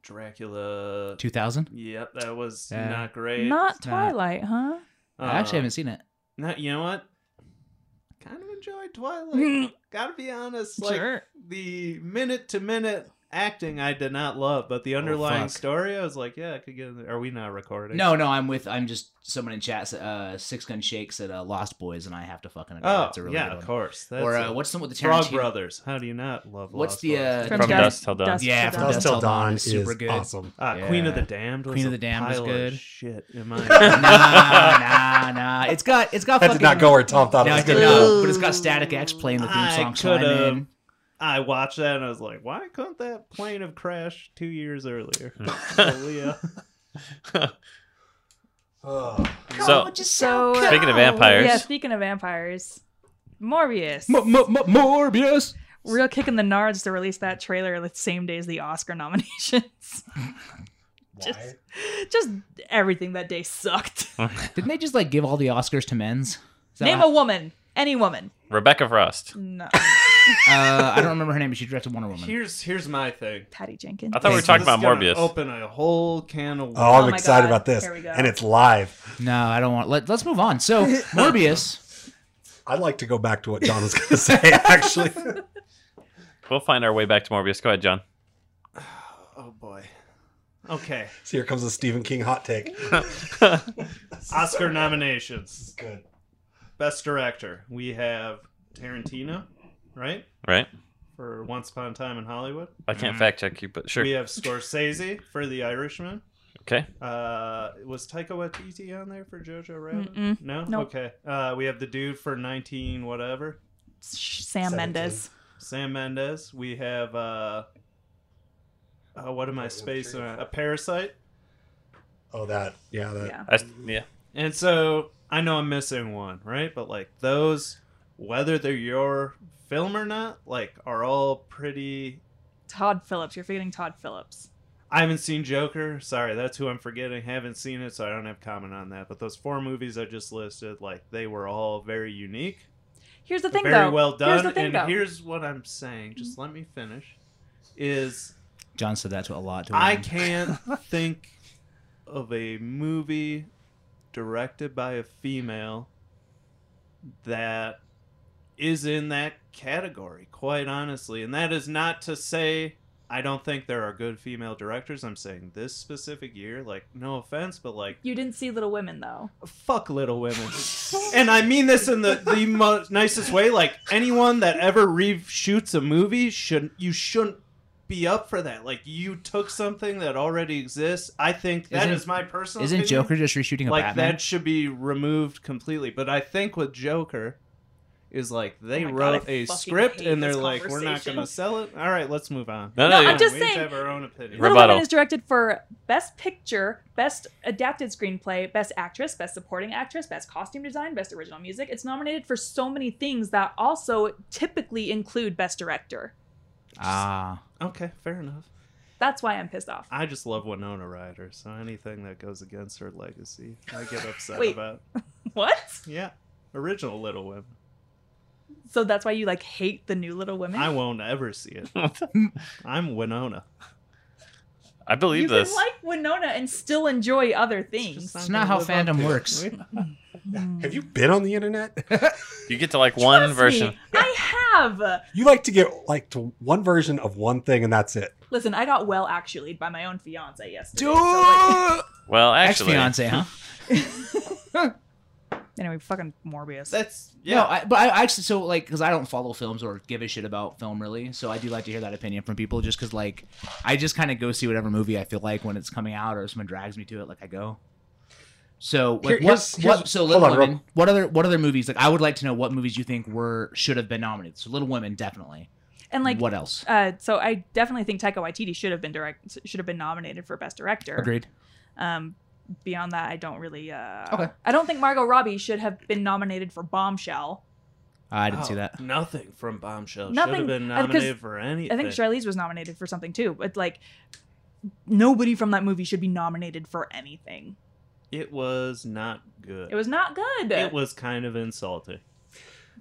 [SPEAKER 2] Dracula.
[SPEAKER 5] Two thousand.
[SPEAKER 2] Yep, that was
[SPEAKER 5] Yeah.
[SPEAKER 2] not great.
[SPEAKER 3] Not
[SPEAKER 5] Nah.
[SPEAKER 3] Twilight, huh?
[SPEAKER 5] I actually
[SPEAKER 2] Um,
[SPEAKER 5] haven't seen it.
[SPEAKER 2] Not, you know what? Kind of enjoyed Twilight. Gotta be honest. Like
[SPEAKER 3] Mm. Sure.
[SPEAKER 2] the minute to minute acting, I did not love, but the underlying
[SPEAKER 5] Oh, fuck.
[SPEAKER 2] story, I was like, yeah, I could get. In there. Are we not recording?
[SPEAKER 5] No, no, I'm with. I'm just someone in chat. said, Uh, Six Gun Shakes at uh, Lost Boys, and I have to fucking. Agree.
[SPEAKER 2] Oh,
[SPEAKER 5] That's a really
[SPEAKER 2] yeah,
[SPEAKER 5] good one.
[SPEAKER 2] of course. That's
[SPEAKER 5] or uh,
[SPEAKER 2] it.
[SPEAKER 5] what's the one with the
[SPEAKER 2] Frog
[SPEAKER 5] Tarantino?
[SPEAKER 2] Brothers? How do you not love?
[SPEAKER 5] What's
[SPEAKER 2] Lost
[SPEAKER 5] the, uh,
[SPEAKER 2] Boys?
[SPEAKER 5] From
[SPEAKER 6] Dusk Till Dawn.
[SPEAKER 5] Yeah,
[SPEAKER 3] to
[SPEAKER 5] From
[SPEAKER 1] Dust
[SPEAKER 5] Dusk
[SPEAKER 1] Till
[SPEAKER 5] Till Dawn
[SPEAKER 1] Dawn
[SPEAKER 5] is
[SPEAKER 1] is
[SPEAKER 5] super good.
[SPEAKER 1] awesome.
[SPEAKER 2] Uh, Queen of the
[SPEAKER 5] Yeah.
[SPEAKER 2] Damned was
[SPEAKER 5] Queen of
[SPEAKER 2] a
[SPEAKER 5] the Damned was
[SPEAKER 2] pile
[SPEAKER 5] good.
[SPEAKER 2] Of shit, in
[SPEAKER 5] *laughs*
[SPEAKER 2] my
[SPEAKER 5] nah,
[SPEAKER 2] opinion.
[SPEAKER 5] nah,
[SPEAKER 2] *laughs*
[SPEAKER 5] nah. It's got. It's got.
[SPEAKER 1] That
[SPEAKER 5] fucking,
[SPEAKER 1] did not go where Tom thought
[SPEAKER 5] No,
[SPEAKER 1] it was
[SPEAKER 5] it did
[SPEAKER 1] going to
[SPEAKER 5] not.
[SPEAKER 1] go.
[SPEAKER 5] But it's got Static X playing the theme
[SPEAKER 2] I
[SPEAKER 5] song. so I'm
[SPEAKER 2] could've-
[SPEAKER 5] in.
[SPEAKER 2] I watched that and I was like, why couldn't that plane have crashed two years earlier? *laughs*
[SPEAKER 6] *laughs*
[SPEAKER 2] Aaliyah.
[SPEAKER 7] Ugh.
[SPEAKER 6] so,
[SPEAKER 3] So
[SPEAKER 6] Speaking of vampires.
[SPEAKER 3] Yeah, speaking of vampires. Morbius.
[SPEAKER 5] M- m- m- Morbius.
[SPEAKER 3] Real kick in the nards to release that trailer the same day as the Oscar nominations. *laughs*
[SPEAKER 7] Why?
[SPEAKER 3] Just- Just everything that day sucked.
[SPEAKER 6] *laughs*
[SPEAKER 5] Didn't they just like give all the Oscars to men's? Is that
[SPEAKER 3] Name
[SPEAKER 5] what-
[SPEAKER 3] a woman. Any woman.
[SPEAKER 6] Rebecca Frost. *coughs*
[SPEAKER 3] No.
[SPEAKER 5] uh, I don't remember her name, but she directed Wonder Woman.
[SPEAKER 2] here's here's my thing.
[SPEAKER 3] Patty Jenkins.
[SPEAKER 6] I thought we were
[SPEAKER 5] This
[SPEAKER 6] talking
[SPEAKER 2] This
[SPEAKER 6] about
[SPEAKER 2] is
[SPEAKER 6] Morbius.
[SPEAKER 2] gonna Open a whole can of.
[SPEAKER 1] Oh, I'm
[SPEAKER 3] Oh my
[SPEAKER 1] excited
[SPEAKER 3] God.
[SPEAKER 1] about this.
[SPEAKER 3] Here we go.
[SPEAKER 1] And it's live.
[SPEAKER 5] No, I don't want. Let, let's move
[SPEAKER 1] *laughs*
[SPEAKER 5] on. So Morbius.
[SPEAKER 1] I'd like to go back to what John was going to
[SPEAKER 5] *laughs*
[SPEAKER 1] say, actually.
[SPEAKER 6] We'll find our way back to Morbius. Go ahead, John. *laughs*
[SPEAKER 2] Oh boy. Okay,
[SPEAKER 1] so here comes a Stephen King hot take.
[SPEAKER 2] Oscar nominations.
[SPEAKER 1] Good.
[SPEAKER 2] Best director. We have Tarantino, right?
[SPEAKER 6] Right?
[SPEAKER 2] For Once Upon a Time in Hollywood.
[SPEAKER 6] I can't fact check you, but sure.
[SPEAKER 2] We have Scorsese for The Irishman.
[SPEAKER 6] Okay.
[SPEAKER 2] Uh, was Taika Waititi on there for Jojo Rabbit?
[SPEAKER 3] Mm-mm.
[SPEAKER 2] No.
[SPEAKER 3] Nope.
[SPEAKER 2] Okay. Uh, we have the dude for 19 whatever.
[SPEAKER 3] Sh- Sam
[SPEAKER 1] Seventeen.
[SPEAKER 3] Mendes.
[SPEAKER 2] Sam Mendes. We have uh, uh what am I spacing? on? A Parasite.
[SPEAKER 1] Oh, that. Yeah, that.
[SPEAKER 3] Yeah.
[SPEAKER 6] I, yeah.
[SPEAKER 2] And so I know I'm missing one, right? But like those, whether they're your film or not, like are all pretty.
[SPEAKER 3] Todd Phillips. You're forgetting Todd Phillips.
[SPEAKER 2] I haven't seen Joker. Sorry, that's who I'm forgetting. Haven't seen it, so I don't have comment on that. But those four movies I just listed, like they were all very unique,
[SPEAKER 3] Here's the thing
[SPEAKER 2] very
[SPEAKER 3] though.
[SPEAKER 2] well done.
[SPEAKER 3] Here's the thing
[SPEAKER 2] and
[SPEAKER 3] though. Mm-hmm.
[SPEAKER 2] here's what I'm saying. Just let me finish. Is
[SPEAKER 5] John said that to a lot. To
[SPEAKER 2] I
[SPEAKER 5] women.
[SPEAKER 2] can't think of a movie directed by a female that is in that category, quite honestly. And that is not to say I don't think there are good female directors. I'm saying this specific year, like, no offense, but like,
[SPEAKER 3] you didn't see Little Women though.
[SPEAKER 2] fuck Little Women. and I mean this in the, the mo- nicest way. Like, anyone that ever reshoots a movie, should you shouldn't be up for that. Like, you took something that already exists. I think that
[SPEAKER 5] Isn't-
[SPEAKER 2] is my personal
[SPEAKER 5] Isn't
[SPEAKER 2] opinion.
[SPEAKER 5] Joker just reshooting a
[SPEAKER 2] like
[SPEAKER 5] Batman?
[SPEAKER 2] that should be removed completely. But I think with Joker, is like they
[SPEAKER 3] Oh my God, I
[SPEAKER 2] wrote a
[SPEAKER 3] fucking
[SPEAKER 2] script
[SPEAKER 3] hate
[SPEAKER 2] and they're
[SPEAKER 3] this
[SPEAKER 2] like, we're not going
[SPEAKER 3] conversation.
[SPEAKER 2] to sell it. All right, let's move on.
[SPEAKER 6] No,
[SPEAKER 3] No,
[SPEAKER 6] no, yeah.
[SPEAKER 3] I'm just
[SPEAKER 2] we each
[SPEAKER 3] saying-
[SPEAKER 2] have our own opinion.
[SPEAKER 3] Little
[SPEAKER 6] Rebuttal.
[SPEAKER 3] Women is directed for Best Picture, Best Adapted Screenplay, Best Actress, Best Supporting Actress, Best Costume Design, Best Original Music. It's nominated for so many things that also typically include Best Director.
[SPEAKER 5] Ah,
[SPEAKER 2] Okay, fair enough.
[SPEAKER 3] That's why I'm pissed off.
[SPEAKER 2] I just love Winona Ryder, so anything that goes against her legacy, I get upset
[SPEAKER 3] Wait.
[SPEAKER 2] about.
[SPEAKER 3] What?
[SPEAKER 2] Yeah, original Little Women.
[SPEAKER 3] So that's why you like hate the new Little Women?
[SPEAKER 2] I won't ever see
[SPEAKER 5] *laughs*
[SPEAKER 2] it. I'm Winona.
[SPEAKER 6] I believe
[SPEAKER 3] you
[SPEAKER 6] this.
[SPEAKER 3] can like Winona and still enjoy other
[SPEAKER 2] Just
[SPEAKER 3] things. Hmm.
[SPEAKER 5] It's not
[SPEAKER 2] gonna
[SPEAKER 5] how
[SPEAKER 2] live up
[SPEAKER 5] fandom
[SPEAKER 2] to it.
[SPEAKER 5] works. *laughs*
[SPEAKER 1] Have you been on the internet?
[SPEAKER 6] you get to like one
[SPEAKER 3] Trust
[SPEAKER 6] version.
[SPEAKER 3] me, I have.
[SPEAKER 1] *laughs* You like to get like to one version of one thing and that's it.
[SPEAKER 3] Listen, I got well actually by my own fiance yesterday.
[SPEAKER 5] dude.
[SPEAKER 3] so, like-
[SPEAKER 6] Well,
[SPEAKER 5] Ex
[SPEAKER 6] actually,
[SPEAKER 5] fiance, huh?
[SPEAKER 3] anyway, fucking Morbius.
[SPEAKER 2] That's
[SPEAKER 5] Yeah, no, I, but I I actually so like because I don't follow films or give a shit about film really, so I do like to hear that opinion from people just because like I just kind of go see whatever movie I feel like when it's coming out or if someone drags me to it, like I go. So like,
[SPEAKER 1] Here-
[SPEAKER 5] what,
[SPEAKER 1] here's- here's-
[SPEAKER 5] what? So
[SPEAKER 1] hold
[SPEAKER 5] Little
[SPEAKER 1] on,
[SPEAKER 5] Women.
[SPEAKER 1] real-
[SPEAKER 5] What other what other movies? Like I would like to know what movies you think were should have been nominated. So Little Women definitely.
[SPEAKER 3] and like
[SPEAKER 5] what else?
[SPEAKER 3] Uh, so I definitely think Taika Waititi should have been direct should have been nominated for best director.
[SPEAKER 5] Agreed.
[SPEAKER 3] Um, beyond that, I don't really. Uh,
[SPEAKER 5] Okay.
[SPEAKER 3] I don't think Margot Robbie should have been nominated for Bombshell.
[SPEAKER 5] I didn't see that.
[SPEAKER 2] Oh, Nothing from Bombshell should
[SPEAKER 3] Nothing,
[SPEAKER 2] have been
[SPEAKER 3] uh, 'cause
[SPEAKER 2] nominated for anything.
[SPEAKER 3] I think Charlize was nominated for something too, but like nobody from that movie should be nominated for anything.
[SPEAKER 2] it was not good.
[SPEAKER 3] It was not good.
[SPEAKER 2] It was kind of insulting.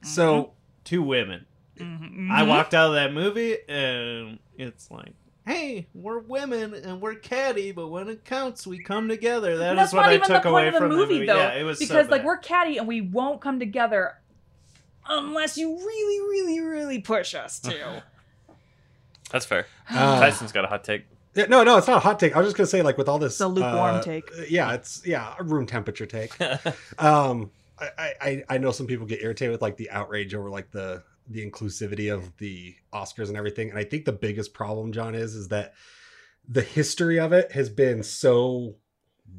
[SPEAKER 1] So
[SPEAKER 2] Two women.
[SPEAKER 3] Mhm,
[SPEAKER 2] I
[SPEAKER 3] mhm.
[SPEAKER 2] walked out of that movie and it's like, hey, we're women and we're catty, but when it counts, we come together. That
[SPEAKER 3] That's
[SPEAKER 2] is what
[SPEAKER 3] not
[SPEAKER 2] I
[SPEAKER 3] even the
[SPEAKER 2] took
[SPEAKER 3] point
[SPEAKER 2] away
[SPEAKER 3] of the
[SPEAKER 2] from
[SPEAKER 3] movie,
[SPEAKER 2] the movie.
[SPEAKER 3] though,
[SPEAKER 2] yeah, it was so
[SPEAKER 3] because like
[SPEAKER 2] bad.
[SPEAKER 3] we're catty and we won't come together unless you really, really, really push us *sighs* to.
[SPEAKER 6] that's fair.
[SPEAKER 1] uh,
[SPEAKER 6] Tyson's got a hot take.
[SPEAKER 1] yeah, no, no, it's not a hot take. I was just gonna say like with all this
[SPEAKER 3] Mm-hmm. It's a lukewarm
[SPEAKER 1] uh,
[SPEAKER 3] take.
[SPEAKER 1] Yeah, it's yeah, a room temperature take. um I, I- I I know some people get irritated with like the outrage over like the the inclusivity of the Oscars and everything. And I think the biggest problem, John, is is that the history of it has been so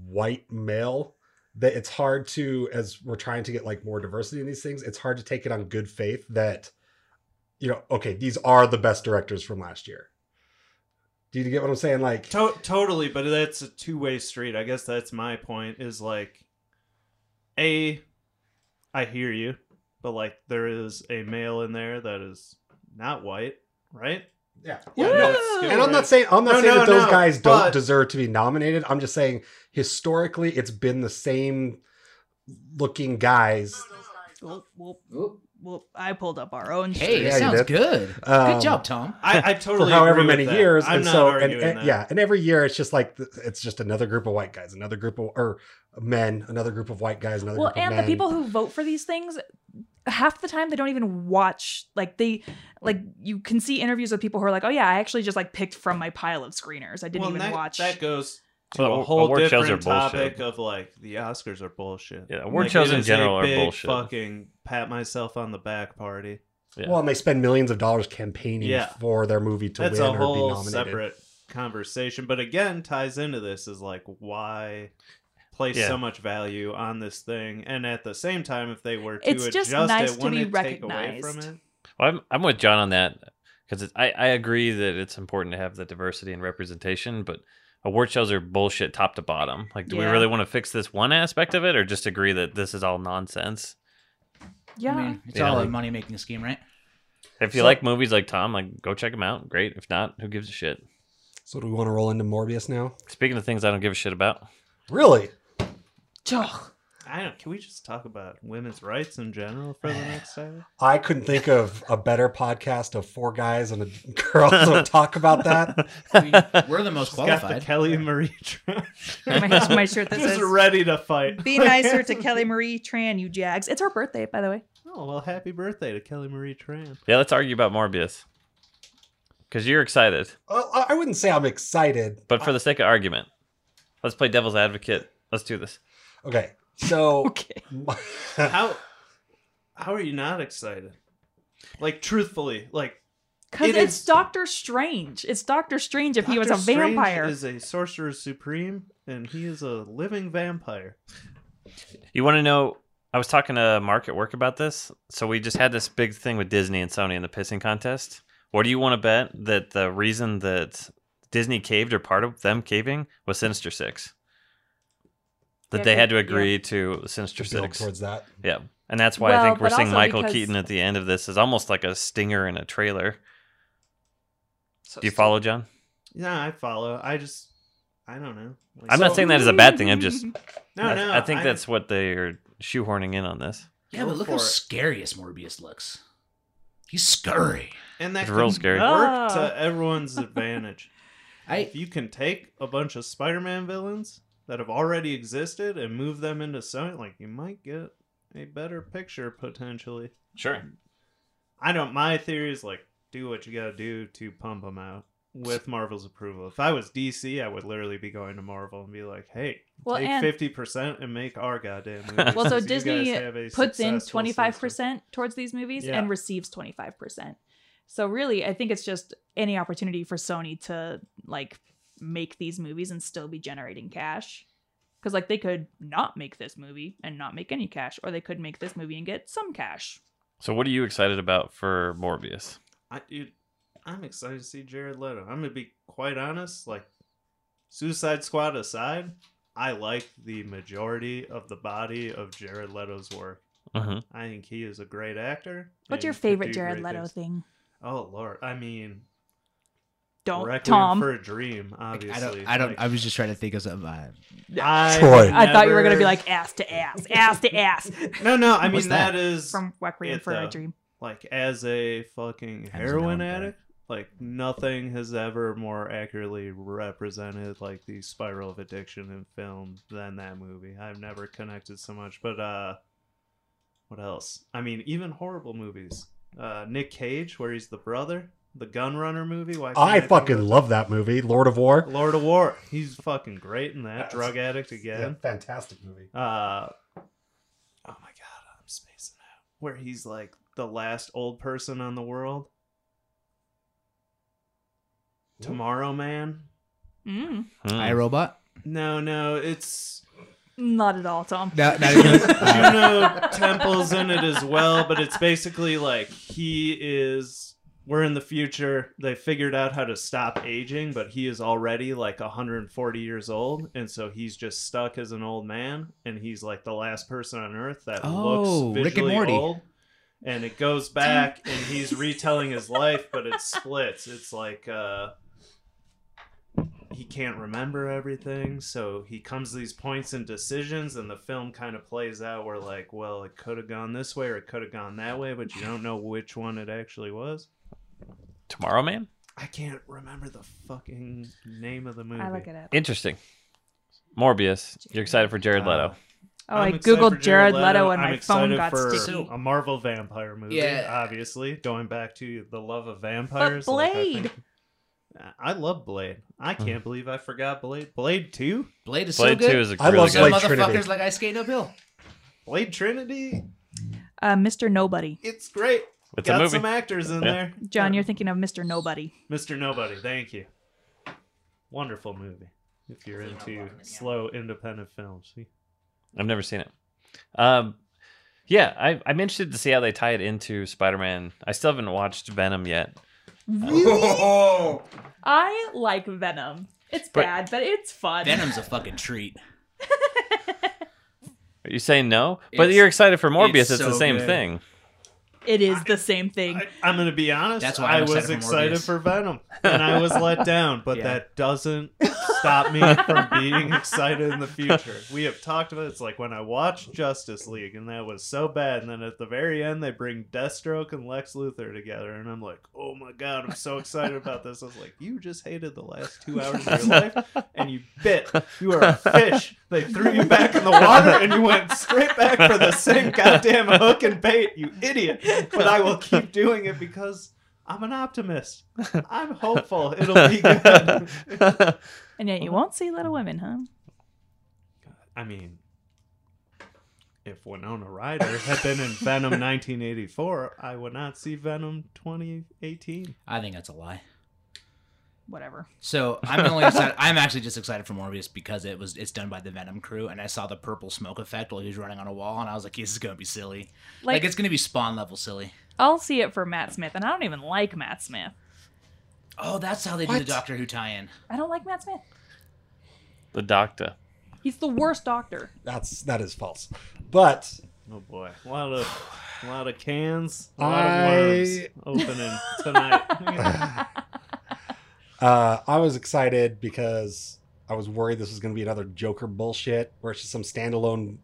[SPEAKER 1] white male that it's hard to as we're trying to get like more diversity in these things, it's hard to take it on good faith that you know, okay, these are the best directors from last year. Do you get what I'm saying? Like
[SPEAKER 2] To- totally, but that's a two way street. I guess that's my point. Is like, a, I hear you, but like there is a male in there that is not white, right?
[SPEAKER 1] yeah.
[SPEAKER 2] Yeah,
[SPEAKER 1] no,
[SPEAKER 2] let's skip
[SPEAKER 1] And I'm
[SPEAKER 2] it.
[SPEAKER 1] not saying I'm not
[SPEAKER 2] No,
[SPEAKER 1] saying
[SPEAKER 2] no,
[SPEAKER 1] that those
[SPEAKER 2] no,
[SPEAKER 1] guys don't
[SPEAKER 2] but-
[SPEAKER 1] deserve to be nominated. I'm just saying historically it's been the same looking guys.
[SPEAKER 3] Whoop, whoop, whoop. I pulled up our own.
[SPEAKER 1] Yeah,
[SPEAKER 5] Hey, that
[SPEAKER 1] you
[SPEAKER 5] sounds
[SPEAKER 1] did.
[SPEAKER 5] good.
[SPEAKER 1] um,
[SPEAKER 5] good job, Tom.
[SPEAKER 2] I, I totally
[SPEAKER 1] for however
[SPEAKER 2] agree with
[SPEAKER 1] many
[SPEAKER 2] that.
[SPEAKER 1] years,
[SPEAKER 2] I'm
[SPEAKER 1] and
[SPEAKER 2] not
[SPEAKER 1] so and,
[SPEAKER 2] arguing
[SPEAKER 1] and-
[SPEAKER 2] that.
[SPEAKER 1] yeah, and every year it's just like th- it's just another group of white guys, another group of or men, another group of white guys, another
[SPEAKER 3] Well,
[SPEAKER 1] group of
[SPEAKER 3] and
[SPEAKER 1] men.
[SPEAKER 3] the people who vote for these things, half the time they don't even watch. Like they, like you can see interviews with people who are like, "Oh yeah, I actually just like picked from my pile of screeners. I didn't
[SPEAKER 2] well,
[SPEAKER 3] even
[SPEAKER 2] that,
[SPEAKER 3] watch."
[SPEAKER 2] That goes to
[SPEAKER 6] Well,
[SPEAKER 2] a whole
[SPEAKER 6] award shows are
[SPEAKER 2] different topic
[SPEAKER 6] bullshit.
[SPEAKER 2] of like the Oscars are bullshit.
[SPEAKER 6] Yeah, award
[SPEAKER 2] Like,
[SPEAKER 6] shows
[SPEAKER 2] it
[SPEAKER 6] in
[SPEAKER 2] is a
[SPEAKER 6] general are
[SPEAKER 2] big
[SPEAKER 6] bullshit.
[SPEAKER 2] Fucking pat myself on the back party.
[SPEAKER 6] Yeah.
[SPEAKER 1] Well, and they spend millions of dollars campaigning
[SPEAKER 2] Yeah.
[SPEAKER 1] for their movie to
[SPEAKER 2] That's
[SPEAKER 1] win
[SPEAKER 2] a
[SPEAKER 1] or be
[SPEAKER 2] whole
[SPEAKER 1] nominated.
[SPEAKER 2] separate conversation, but again, ties into this is like why place
[SPEAKER 6] Yeah.
[SPEAKER 2] so much value on this thing, and at the same time, if they were to
[SPEAKER 3] It's
[SPEAKER 2] adjust
[SPEAKER 3] just nice
[SPEAKER 2] it,
[SPEAKER 3] to be
[SPEAKER 2] wouldn't it take away from
[SPEAKER 3] recognized.
[SPEAKER 2] it?
[SPEAKER 6] Well, I'm I'm with John on that because I I agree that it's important to have the diversity and representation, but award shows are bullshit top to bottom. Like, do we
[SPEAKER 3] Yeah.
[SPEAKER 6] really want to fix this one aspect of it, or just agree that this is all nonsense?
[SPEAKER 3] yeah, *laughs*
[SPEAKER 5] I mean, it's
[SPEAKER 6] Yeah.
[SPEAKER 5] all a money making scheme, right?
[SPEAKER 6] If you
[SPEAKER 1] So-
[SPEAKER 6] like movies like Tom, like go check them out. Great. If not, who gives a shit?
[SPEAKER 1] So do we want to roll into Morbius now?
[SPEAKER 6] Speaking of things I don't give a shit about,
[SPEAKER 1] Really?
[SPEAKER 3] Ugh.
[SPEAKER 2] I don't. Can we just talk about women's rights in general for
[SPEAKER 1] *sighs*
[SPEAKER 2] the next time?
[SPEAKER 1] I couldn't think of a better podcast of four guys and a girl
[SPEAKER 6] *laughs*
[SPEAKER 1] to talk about that.
[SPEAKER 5] We, *laughs* we're the most
[SPEAKER 2] Got the
[SPEAKER 5] qualified.
[SPEAKER 2] Kelly Marie Tran,
[SPEAKER 3] *laughs* my, my shirt that
[SPEAKER 2] *laughs* just
[SPEAKER 3] says.
[SPEAKER 2] ready to fight.
[SPEAKER 3] Be nicer to Kelly Marie Tran, you jags. It's her birthday, by the way.
[SPEAKER 2] Oh well, happy birthday to Kelly Marie Tran.
[SPEAKER 6] yeah, let's argue about Morbius because you're excited,
[SPEAKER 1] Well, I I wouldn't say I'm excited.
[SPEAKER 6] but for the sake of argument, let's play devil's advocate. Let's do this.
[SPEAKER 1] Okay,
[SPEAKER 6] *laughs*
[SPEAKER 1] so *laughs*
[SPEAKER 3] Okay.
[SPEAKER 2] How how are you not excited? Like truthfully, like
[SPEAKER 3] Because
[SPEAKER 2] It
[SPEAKER 3] it's
[SPEAKER 2] is-
[SPEAKER 3] Doctor Strange. It's Doctor Strange if he was a
[SPEAKER 2] Dr. Strange
[SPEAKER 3] vampire.
[SPEAKER 2] is a sorcerer supreme, and he is a living vampire.
[SPEAKER 6] You want to know I was talking to Mark at work about this. So we just had this big thing with Disney and Sony in the pissing contest. What do you want to bet that the reason that Disney caved or part of them caving was Sinister Six? That
[SPEAKER 3] Yeah,
[SPEAKER 6] they had to
[SPEAKER 3] yeah.
[SPEAKER 6] agree to Sinister
[SPEAKER 1] build
[SPEAKER 6] Six.
[SPEAKER 1] towards that.
[SPEAKER 6] Yeah. And that's why I
[SPEAKER 3] Well,
[SPEAKER 6] think we're
[SPEAKER 3] but
[SPEAKER 6] seeing
[SPEAKER 3] also
[SPEAKER 6] Michael
[SPEAKER 3] because-
[SPEAKER 6] Keaton at the end of this is almost like a stinger in a trailer.
[SPEAKER 4] So
[SPEAKER 6] Do you
[SPEAKER 4] stupid.
[SPEAKER 6] follow, John?
[SPEAKER 2] Yeah, I follow. I just, I don't know. Like,
[SPEAKER 6] I'm not
[SPEAKER 2] so-
[SPEAKER 6] saying that is a bad thing.
[SPEAKER 3] *laughs*
[SPEAKER 6] I'm just,
[SPEAKER 2] No,
[SPEAKER 6] I,
[SPEAKER 2] no.
[SPEAKER 6] I think that's what they are shoehorning in on this.
[SPEAKER 5] Yeah,
[SPEAKER 2] Go
[SPEAKER 5] but look
[SPEAKER 2] for
[SPEAKER 5] how
[SPEAKER 2] it.
[SPEAKER 5] scariest Morbius looks. He's scurry.
[SPEAKER 2] and that
[SPEAKER 6] It's real
[SPEAKER 2] can
[SPEAKER 6] scary.
[SPEAKER 2] work
[SPEAKER 3] Ah.
[SPEAKER 2] to everyone's *laughs* advantage.
[SPEAKER 5] I
[SPEAKER 2] if you can take a bunch of Spider-Man villains that have already existed and move them into Sony, like you might get a better picture potentially.
[SPEAKER 6] Sure.
[SPEAKER 2] I don't. My theory is like do what you gotta do to pump them out with Marvel's approval. If I was DC, I would literally be going to Marvel and be like, "Hey,
[SPEAKER 3] Well,
[SPEAKER 2] take
[SPEAKER 3] and-
[SPEAKER 2] fifty percent and make our goddamn." Movies
[SPEAKER 3] Well, so
[SPEAKER 2] *laughs* You guys
[SPEAKER 3] Disney
[SPEAKER 2] have a
[SPEAKER 3] puts in
[SPEAKER 2] successful
[SPEAKER 3] 25%
[SPEAKER 2] system."
[SPEAKER 3] towards these movies
[SPEAKER 2] Yeah.
[SPEAKER 3] and receives 25%. So really, I think it's just any opportunity for Sony to like make these movies and still be generating cash. Cuz like they could not make this movie and not make any cash or they could make this movie and get some cash.
[SPEAKER 6] So what are you excited about for Morbius?
[SPEAKER 2] I dude, I'm excited to see Jared Leto. I'm gonna be quite honest. Like, Suicide Squad aside, I like the majority of the body of Jared Leto's work.
[SPEAKER 6] hmm
[SPEAKER 2] I think he is a great actor.
[SPEAKER 3] What's
[SPEAKER 2] and
[SPEAKER 3] your
[SPEAKER 2] could
[SPEAKER 3] favorite
[SPEAKER 2] do
[SPEAKER 3] Jared
[SPEAKER 2] great
[SPEAKER 3] Leto
[SPEAKER 2] things.
[SPEAKER 3] thing?
[SPEAKER 2] Oh lord, I mean,
[SPEAKER 3] Don't
[SPEAKER 2] Requiem
[SPEAKER 3] Tom.
[SPEAKER 2] for a Dream.
[SPEAKER 5] I
[SPEAKER 2] Obviously,
[SPEAKER 5] don't. I don't.
[SPEAKER 2] Like,
[SPEAKER 5] I was just trying to think of uh, something. I-
[SPEAKER 2] I
[SPEAKER 1] Troy.
[SPEAKER 2] would
[SPEAKER 3] I thought you were going to be
[SPEAKER 2] never-
[SPEAKER 3] like ass to ass, ass to ass
[SPEAKER 2] *laughs* No, no. I
[SPEAKER 5] What's
[SPEAKER 2] mean
[SPEAKER 5] that?
[SPEAKER 2] that is
[SPEAKER 3] from Requiem
[SPEAKER 2] It,
[SPEAKER 3] for
[SPEAKER 2] uh,
[SPEAKER 3] a Dream.
[SPEAKER 2] like as a fucking
[SPEAKER 5] How does it
[SPEAKER 2] heroin
[SPEAKER 5] know that?
[SPEAKER 2] addict like nothing has ever more accurately represented like the spiral of addiction in film than that movie i've never connected so much but uh what else i mean even horrible movies uh nick cage where he's the brother the gun runner movie why can't
[SPEAKER 1] I
[SPEAKER 2] think
[SPEAKER 1] fucking
[SPEAKER 2] of-
[SPEAKER 1] love that movie, Lord of War.
[SPEAKER 2] lord of war he's fucking great in that
[SPEAKER 1] That's-
[SPEAKER 2] drug addict
[SPEAKER 1] Yeah,
[SPEAKER 2] again
[SPEAKER 1] fantastic movie.
[SPEAKER 2] uh, oh my god, I'm spacing out. Where he's like the last old person on the world. Tomorrow Man.
[SPEAKER 3] Mm.
[SPEAKER 6] Hmm.
[SPEAKER 5] I robot.
[SPEAKER 2] No, no,
[SPEAKER 5] *laughs*
[SPEAKER 2] it's
[SPEAKER 3] Not at all, Tom.
[SPEAKER 5] No, not even- uh,
[SPEAKER 2] Juno Temple's in it as well, but it's basically like he is. We're in the future. They figured out how to stop aging, but he is already like 140 years old, and so he's just stuck as an old man, and he's like the last person on Earth that
[SPEAKER 5] Oh,
[SPEAKER 2] looks
[SPEAKER 5] Rick and
[SPEAKER 2] visually
[SPEAKER 5] Morty.
[SPEAKER 2] old. And it goes back, and he's retelling his life, but it splits. It's like uh, he can't remember everything so he comes to these points and decisions and the film kind of plays out where like well it could have gone this way or it could have gone that way but you don't know which one it actually was
[SPEAKER 6] Tomorrow Man?
[SPEAKER 2] i can't remember the fucking name of the movie
[SPEAKER 3] I look it up.
[SPEAKER 6] Interesting. Morbius. You're excited for Jared Leto.
[SPEAKER 3] Oh,
[SPEAKER 2] Um, I'm
[SPEAKER 3] I
[SPEAKER 2] excited for
[SPEAKER 3] googled Jared Leto and
[SPEAKER 2] I'm
[SPEAKER 3] my phone
[SPEAKER 2] excited
[SPEAKER 3] got
[SPEAKER 2] for
[SPEAKER 3] sticky.
[SPEAKER 2] a marvel vampire movie
[SPEAKER 5] Yeah.
[SPEAKER 2] obviously going back to the love of vampires
[SPEAKER 3] But
[SPEAKER 2] like, I
[SPEAKER 3] Blade.
[SPEAKER 2] think- I love Blade. I can't believe I forgot Blade. Blade 2?
[SPEAKER 5] *laughs* Blade is so
[SPEAKER 6] Blade
[SPEAKER 5] good.
[SPEAKER 6] 2 is a
[SPEAKER 1] I
[SPEAKER 6] really
[SPEAKER 1] love
[SPEAKER 6] good
[SPEAKER 5] Some
[SPEAKER 1] Blade
[SPEAKER 5] motherfuckers
[SPEAKER 1] Trinity.
[SPEAKER 5] like I skate uphill.
[SPEAKER 2] Blade Trinity?
[SPEAKER 3] Uh, Mr. Nobody.
[SPEAKER 2] It's great.
[SPEAKER 6] It's a
[SPEAKER 2] Got
[SPEAKER 6] movie.
[SPEAKER 2] some actors in
[SPEAKER 6] Yeah.
[SPEAKER 2] there.
[SPEAKER 3] John, you're thinking of Mr. Nobody.
[SPEAKER 2] Mr. Nobody, thank you. Wonderful movie. If you're into slow independent films.
[SPEAKER 6] I've never seen it. Um, yeah, I, I'm interested to see how they tie it into Spider Man. I still haven't watched Venom yet.
[SPEAKER 3] I like Venom. It's
[SPEAKER 6] But-
[SPEAKER 3] bad, but it's fun.
[SPEAKER 5] Venom's a fucking treat.
[SPEAKER 6] Are you saying no? But
[SPEAKER 5] It's-
[SPEAKER 6] you're excited for Morbius. It's,
[SPEAKER 5] it's
[SPEAKER 6] the
[SPEAKER 5] so
[SPEAKER 6] same
[SPEAKER 5] good.
[SPEAKER 6] thing.
[SPEAKER 3] It is the same thing.
[SPEAKER 2] I, I'm going to be honest.
[SPEAKER 5] That's why
[SPEAKER 2] I
[SPEAKER 5] I'm
[SPEAKER 2] was
[SPEAKER 5] excited
[SPEAKER 2] excited
[SPEAKER 5] for *laughs*
[SPEAKER 2] for Venom and I was let down, but
[SPEAKER 5] Yeah.
[SPEAKER 2] that doesn't stop me from
[SPEAKER 5] *laughs*
[SPEAKER 2] being excited in the future. We have talked about it. it's like when I watched Justice League and that was so bad, and then at the very end they bring Deathstroke and Lex Luthor together, and I'm like, oh my god, I'm so excited about this. I was like, you just hated the last two hours
[SPEAKER 5] *laughs*
[SPEAKER 2] of your life, and you bit. You are a fish. They threw you back in the water, and you went straight back for the same goddamn hook and bait, you idiot. But I will keep doing it because. I'm an optimist. I'm hopeful it'll be good.
[SPEAKER 3] and yet you won't see Little Women, huh?
[SPEAKER 2] I mean, if Winona Ryder had been in Venom 1984, I would not see Venom 2018.
[SPEAKER 5] I think that's a lie.
[SPEAKER 3] whatever.
[SPEAKER 5] So I'm only excited, I'm actually just excited for Morbius because it was it's done by the Venom crew, and I saw the purple smoke effect while he was running on a wall, and I was like, this is gonna be silly. Like,
[SPEAKER 3] Like,
[SPEAKER 5] it's gonna be Spawn level silly.
[SPEAKER 3] I'll see it for Matt Smith, and I don't even like Matt Smith.
[SPEAKER 5] Oh, that's how they do the
[SPEAKER 1] What?
[SPEAKER 5] Doctor Who tie-in.
[SPEAKER 3] I don't like Matt Smith.
[SPEAKER 6] The doctor.
[SPEAKER 3] He's the worst doctor.
[SPEAKER 1] That's that is false. But
[SPEAKER 2] Oh boy, a lot of, a lot of cans, a lot
[SPEAKER 1] I-
[SPEAKER 2] of worms opening
[SPEAKER 1] *laughs*
[SPEAKER 2] tonight.
[SPEAKER 1] uh, I was excited because I was worried this was going to be another Joker bullshit, where it's just some standalone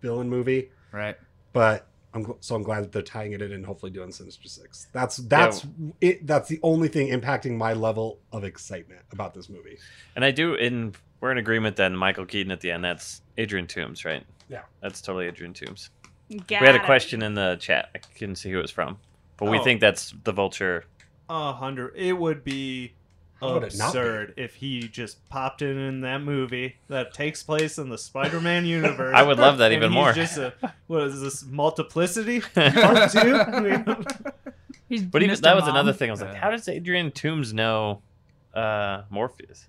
[SPEAKER 1] villain movie.
[SPEAKER 5] Right.
[SPEAKER 1] But I'm gl- so I'm glad that they're tying it in and hopefully doing Sinister Six. That's that's it. That's the only thing impacting my level of excitement about this movie.
[SPEAKER 6] And I do in we're in agreement then Michael Keaton at the end, that's Adrian Toombs, right?
[SPEAKER 1] Yeah.
[SPEAKER 6] That's totally Adrian Toombs.
[SPEAKER 3] Got
[SPEAKER 6] we had a
[SPEAKER 3] it.
[SPEAKER 6] question in the chat. I couldn't see who it was from. But we
[SPEAKER 2] Oh.
[SPEAKER 6] think that's the vulture. *laughs*
[SPEAKER 2] A hundred. It would be
[SPEAKER 1] How would it not be?
[SPEAKER 2] absurd if he just popped in in that movie that takes place in the
[SPEAKER 1] *laughs*
[SPEAKER 2] Spider-Man universe.
[SPEAKER 6] I would love that
[SPEAKER 2] and
[SPEAKER 6] even
[SPEAKER 2] he's
[SPEAKER 6] more.
[SPEAKER 2] Just a, what is this multiplicity *laughs* part
[SPEAKER 6] but
[SPEAKER 2] two?
[SPEAKER 1] *laughs*
[SPEAKER 2] I mean,
[SPEAKER 3] He's
[SPEAKER 6] even,
[SPEAKER 3] Mr.
[SPEAKER 6] that was
[SPEAKER 3] Mom.
[SPEAKER 6] another thing. I was like,
[SPEAKER 5] Yeah.
[SPEAKER 6] how does Adrian Toombs know uh, Morpheus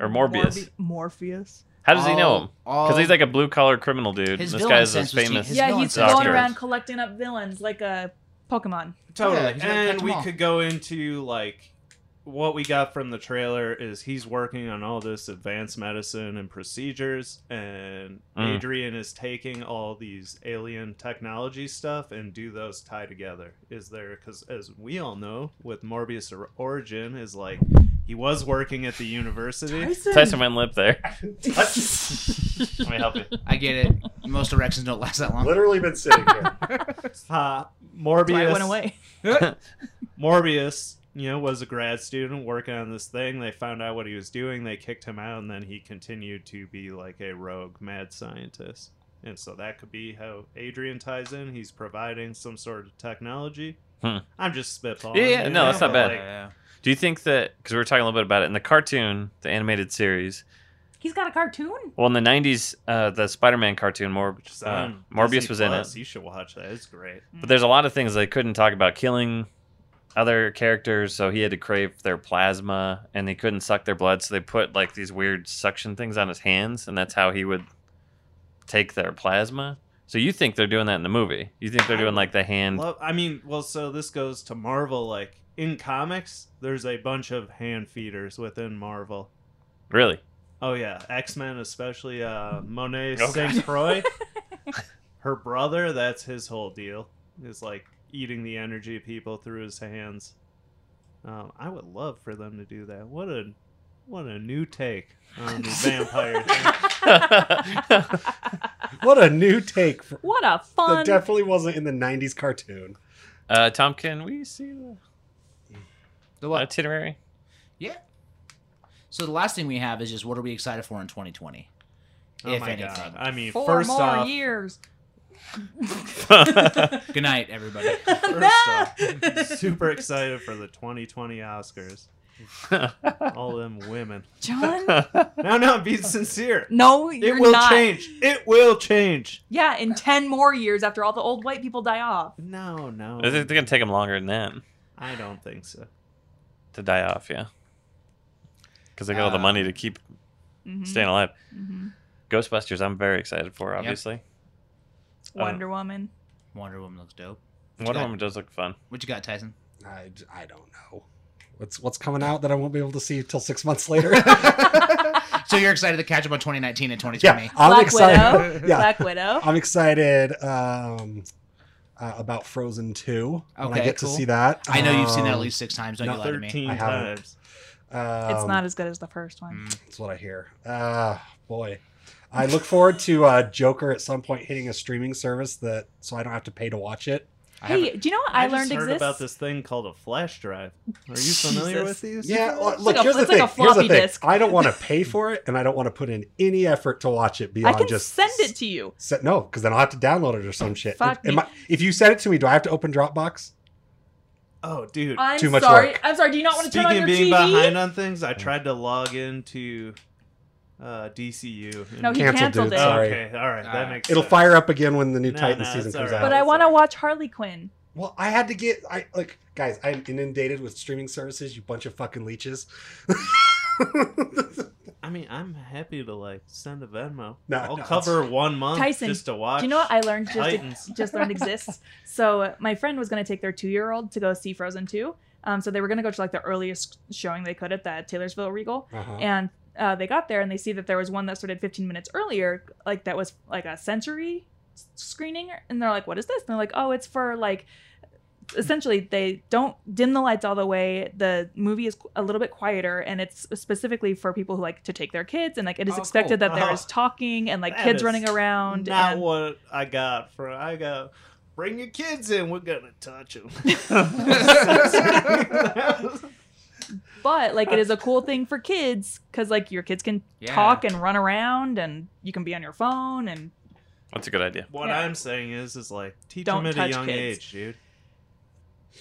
[SPEAKER 6] or Morbius?
[SPEAKER 3] Morbi- Morpheus.
[SPEAKER 6] How does he know him? Because
[SPEAKER 5] Because
[SPEAKER 6] he's like a blue collar criminal dude.
[SPEAKER 5] His
[SPEAKER 6] This
[SPEAKER 5] villain
[SPEAKER 6] guy's as
[SPEAKER 5] sense was te-
[SPEAKER 6] famous.
[SPEAKER 5] his
[SPEAKER 3] yeah,
[SPEAKER 5] villain
[SPEAKER 3] he's
[SPEAKER 6] sense.
[SPEAKER 3] going
[SPEAKER 6] Doctor.
[SPEAKER 3] around collecting up villains like a Pokemon.
[SPEAKER 2] totally.
[SPEAKER 5] Yeah, he's gonna catch
[SPEAKER 2] and
[SPEAKER 5] 'em
[SPEAKER 2] we
[SPEAKER 5] all.
[SPEAKER 2] could go into like what we got from the trailer is he's working on all this advanced medicine and procedures and
[SPEAKER 6] Mm.
[SPEAKER 2] Adrian is taking all these alien technology stuff and do those tie together. Is there cuz as we all know with Morbius or- origin is like he was working
[SPEAKER 5] *laughs*
[SPEAKER 2] at the university.
[SPEAKER 3] Tyson.
[SPEAKER 6] Tyson went lip there.
[SPEAKER 2] *laughs* Let me help you.
[SPEAKER 5] I get it. Most erections don't last that long.
[SPEAKER 1] Literally been sitting here.
[SPEAKER 2] Uh,
[SPEAKER 3] That's why I went
[SPEAKER 2] Morbius
[SPEAKER 3] away.
[SPEAKER 6] *laughs*
[SPEAKER 2] *laughs* Morbius, you know, was a grad student working on this thing. They found out what he was doing. They kicked him out, and then he continued to be like a rogue mad scientist. And so that could be how Adrian ties in. He's providing some sort of technology.
[SPEAKER 6] Hmm.
[SPEAKER 2] I'm just spitballing.
[SPEAKER 6] Yeah, yeah,
[SPEAKER 2] you
[SPEAKER 6] no, that's
[SPEAKER 2] know,
[SPEAKER 6] not
[SPEAKER 2] but,
[SPEAKER 6] bad.
[SPEAKER 2] like,
[SPEAKER 6] Do you think that because we were talking a little bit about it in the cartoon, the animated series?
[SPEAKER 3] He's got a
[SPEAKER 6] *laughs*
[SPEAKER 3] cartoon.
[SPEAKER 6] Well, in the '90s, uh, the Spider-Man cartoon, Mor-
[SPEAKER 2] it's
[SPEAKER 6] uh,
[SPEAKER 2] on
[SPEAKER 6] Morbius
[SPEAKER 2] um, Disney
[SPEAKER 6] was in it.
[SPEAKER 2] Plus. You should watch that. It's great.
[SPEAKER 6] But there's a lot of things they couldn't talk about killing other characters, so he had to crave their plasma and he couldn't suck their blood, so they put like these weird suction things on his hands, and that's how he would take their plasma. So you think they're doing that in the movie. You think they're doing like the hand
[SPEAKER 2] Love, I mean, well, so this goes to Marvel. Like in comics, there's a bunch of hand feeders within Marvel.
[SPEAKER 6] really.
[SPEAKER 2] Oh yeah, X Men especially uh, Monet
[SPEAKER 6] Oh,
[SPEAKER 2] Saint
[SPEAKER 3] *laughs*
[SPEAKER 2] Croix. Her brother, that's his whole deal. Is like eating the energy of people through his hands. Um, I would love for them to do that. What a what a new take on
[SPEAKER 3] *laughs*
[SPEAKER 2] the vampire. thing.
[SPEAKER 1] What a new take. For,
[SPEAKER 3] What a fun.
[SPEAKER 1] that definitely wasn't in the '90s cartoon.
[SPEAKER 6] Uh, Tom, can we see the
[SPEAKER 5] The what?
[SPEAKER 6] *laughs* itinerary?
[SPEAKER 5] Yeah. So the last thing we have is just what are we excited for in 2020?
[SPEAKER 2] Oh
[SPEAKER 5] If
[SPEAKER 2] my
[SPEAKER 5] anything.
[SPEAKER 2] god! I mean,
[SPEAKER 3] Four
[SPEAKER 2] first
[SPEAKER 3] more
[SPEAKER 2] off, *laughs*
[SPEAKER 3] years.
[SPEAKER 5] Good night, everybody.
[SPEAKER 2] first off, super excited for the 2020 Oscars. All them women.
[SPEAKER 3] *laughs* John,
[SPEAKER 2] No, no,
[SPEAKER 3] *laughs*
[SPEAKER 2] be sincere.
[SPEAKER 3] no,
[SPEAKER 2] It
[SPEAKER 3] you're
[SPEAKER 2] will
[SPEAKER 3] not.
[SPEAKER 2] change. It will change.
[SPEAKER 3] Yeah, in ten more years after all the old white people die off.
[SPEAKER 2] No, no.
[SPEAKER 6] I think they're gonna take him longer than that
[SPEAKER 2] I don't think so.
[SPEAKER 6] to die off. Yeah, because they got all the
[SPEAKER 5] Uh, hmm.
[SPEAKER 6] money to keep
[SPEAKER 3] Mhm.
[SPEAKER 6] staying alive.
[SPEAKER 3] Mhm.
[SPEAKER 6] Ghostbusters, I'm very excited for, obviously.
[SPEAKER 3] Wonder
[SPEAKER 2] *laughs*
[SPEAKER 3] Woman.
[SPEAKER 5] Wonder Woman looks dope.
[SPEAKER 6] Wonder
[SPEAKER 5] Yeah.
[SPEAKER 6] Woman does look fun.
[SPEAKER 5] What you got, Tyson?
[SPEAKER 1] I, I don't know. What's what's coming out that I won't be able to see till six months
[SPEAKER 3] *laughs*
[SPEAKER 1] later? *laughs*
[SPEAKER 5] So you're excited to catch up on 2019 and 2020.
[SPEAKER 1] yeah, I'm
[SPEAKER 3] Black
[SPEAKER 1] excited. *laughs*
[SPEAKER 3] Widow.
[SPEAKER 1] Yeah,
[SPEAKER 3] Black Widow.
[SPEAKER 1] I'm excited um, uh, about Frozen Two. when I
[SPEAKER 5] Okay,
[SPEAKER 1] get
[SPEAKER 5] cool.
[SPEAKER 1] to see that.
[SPEAKER 5] I know you've seen that at
[SPEAKER 1] Um,
[SPEAKER 5] least six times. Don't
[SPEAKER 1] no,
[SPEAKER 5] you lie to me.
[SPEAKER 2] 13
[SPEAKER 1] I haven't.
[SPEAKER 2] times.
[SPEAKER 1] um,
[SPEAKER 3] it's not as good as the first one.
[SPEAKER 5] Mm.
[SPEAKER 1] That's what I hear. Ah, boy. I look forward to uh, Joker at some point hitting a streaming service that so I don't have to pay to watch it.
[SPEAKER 5] I haven't-
[SPEAKER 3] Hey, do you know what I, learned
[SPEAKER 2] just heard
[SPEAKER 3] exists?
[SPEAKER 2] about this thing called a flash drive. Are you familiar
[SPEAKER 3] Jesus.
[SPEAKER 2] with these?
[SPEAKER 1] Yeah, well,
[SPEAKER 3] like
[SPEAKER 1] look,
[SPEAKER 3] a-
[SPEAKER 1] here's, the
[SPEAKER 3] it's
[SPEAKER 1] thing.
[SPEAKER 3] like a
[SPEAKER 1] here's the
[SPEAKER 3] floppy
[SPEAKER 1] thing.
[SPEAKER 3] disk.
[SPEAKER 1] I don't
[SPEAKER 3] *laughs*
[SPEAKER 1] want to pay for it, and I don't want to put in any effort to watch it
[SPEAKER 3] I
[SPEAKER 1] beyond
[SPEAKER 3] can
[SPEAKER 1] just
[SPEAKER 3] send it to you.
[SPEAKER 1] Set, no, because then I'll have to download it or some shit.
[SPEAKER 3] Fuck
[SPEAKER 1] Am
[SPEAKER 3] me.
[SPEAKER 1] I- if you send it to me, do I have to open Dropbox?
[SPEAKER 2] Oh, dude.
[SPEAKER 3] I'm
[SPEAKER 1] Too much
[SPEAKER 3] sorry.
[SPEAKER 1] work.
[SPEAKER 3] I'm sorry. Do you not want to turn on
[SPEAKER 2] Speaking of
[SPEAKER 3] your
[SPEAKER 2] being
[SPEAKER 3] TV?
[SPEAKER 2] behind on things, I tried to log into uh, DCU. and-
[SPEAKER 3] No, he
[SPEAKER 1] Canceled,
[SPEAKER 3] canceled
[SPEAKER 1] dude.
[SPEAKER 3] it.
[SPEAKER 2] Oh,
[SPEAKER 1] Sorry.
[SPEAKER 2] okay, all right,
[SPEAKER 5] Ah.
[SPEAKER 2] that makes
[SPEAKER 1] It'll
[SPEAKER 2] sense.
[SPEAKER 1] fire up again when the new
[SPEAKER 2] No,
[SPEAKER 1] Titan
[SPEAKER 2] no,
[SPEAKER 1] season
[SPEAKER 2] it's
[SPEAKER 1] comes
[SPEAKER 2] all
[SPEAKER 1] out.
[SPEAKER 2] right.
[SPEAKER 3] But I want to watch Harley Quinn.
[SPEAKER 1] Well, I had to get I like guys, I'm inundated with streaming services, you bunch of fucking leeches. *laughs*
[SPEAKER 2] I mean, I'm happy to like send a Venmo.
[SPEAKER 1] No,
[SPEAKER 2] I'll
[SPEAKER 1] no,
[SPEAKER 2] cover one month
[SPEAKER 3] Tyson,
[SPEAKER 2] just to watch.
[SPEAKER 3] Do you know what I learned
[SPEAKER 2] Titans.
[SPEAKER 3] just *laughs* just learned exists? So uh, my friend was going to take their two year old to go see Frozen two. Um, so they were going to go to like the earliest showing they could at the Taylorsville Regal,
[SPEAKER 1] Uh-huh.
[SPEAKER 3] and uh, they got there and they see that there was one that started 15 minutes earlier, like that was like a sensory s- screening, and they're like, "What is this?" And they're like, "Oh, it's for like." Essentially, they don't dim the lights all the way. The movie is a little bit quieter, and it's specifically for people who like to take their kids. And like, it is
[SPEAKER 5] Oh, cool.
[SPEAKER 3] expected that
[SPEAKER 2] *laughs*
[SPEAKER 3] there
[SPEAKER 2] Uh-huh.
[SPEAKER 3] is talking and like
[SPEAKER 2] That
[SPEAKER 3] kids
[SPEAKER 2] is
[SPEAKER 3] running around.
[SPEAKER 2] Not
[SPEAKER 3] and...
[SPEAKER 2] what I got for I got. Bring your kids in. We're gonna
[SPEAKER 3] *laughs*
[SPEAKER 2] touch *laughs* them.
[SPEAKER 3] but like it is a cool
[SPEAKER 2] *laughs*
[SPEAKER 3] thing for kids because like your kids can
[SPEAKER 5] Yeah.
[SPEAKER 3] talk and run around and you can be on your phone and
[SPEAKER 6] That's a good idea.
[SPEAKER 2] what
[SPEAKER 3] Yeah.
[SPEAKER 2] I'm saying is, is like teach
[SPEAKER 3] Don't
[SPEAKER 2] them at a
[SPEAKER 3] touch
[SPEAKER 2] young
[SPEAKER 3] kids.
[SPEAKER 2] age, dude.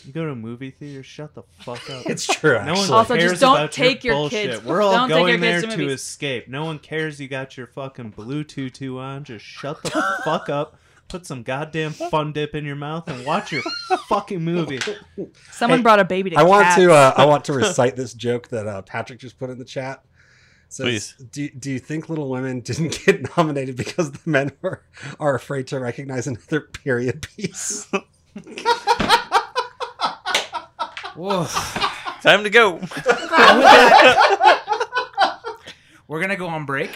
[SPEAKER 2] You go to a movie theater, shut the fuck up.
[SPEAKER 1] It's true.
[SPEAKER 2] No one
[SPEAKER 1] Actually.
[SPEAKER 3] Also,
[SPEAKER 2] cares
[SPEAKER 3] just don't
[SPEAKER 2] about
[SPEAKER 3] take your
[SPEAKER 2] bullshit.
[SPEAKER 3] kids-
[SPEAKER 2] We're all
[SPEAKER 3] don't take your
[SPEAKER 2] going
[SPEAKER 3] kids
[SPEAKER 2] there
[SPEAKER 3] to
[SPEAKER 2] to,
[SPEAKER 3] movies.
[SPEAKER 2] escape. No one cares. You got your fucking Bluetooth two on. Just shut the fuck up. Put some goddamn fun dip in your mouth and watch your
[SPEAKER 1] *laughs*
[SPEAKER 2] fucking movie.
[SPEAKER 3] someone
[SPEAKER 1] Hey,
[SPEAKER 3] brought a baby to
[SPEAKER 1] I want to
[SPEAKER 3] cats.
[SPEAKER 1] uh, I want to recite this joke that uh, Patrick just put in the chat. It Says, do, do you think Little Women didn't *laughs* get nominated because the men are, are afraid to recognize another period piece? *laughs*
[SPEAKER 5] Whoa.
[SPEAKER 6] Time to *laughs* go.
[SPEAKER 5] We're gonna go on break.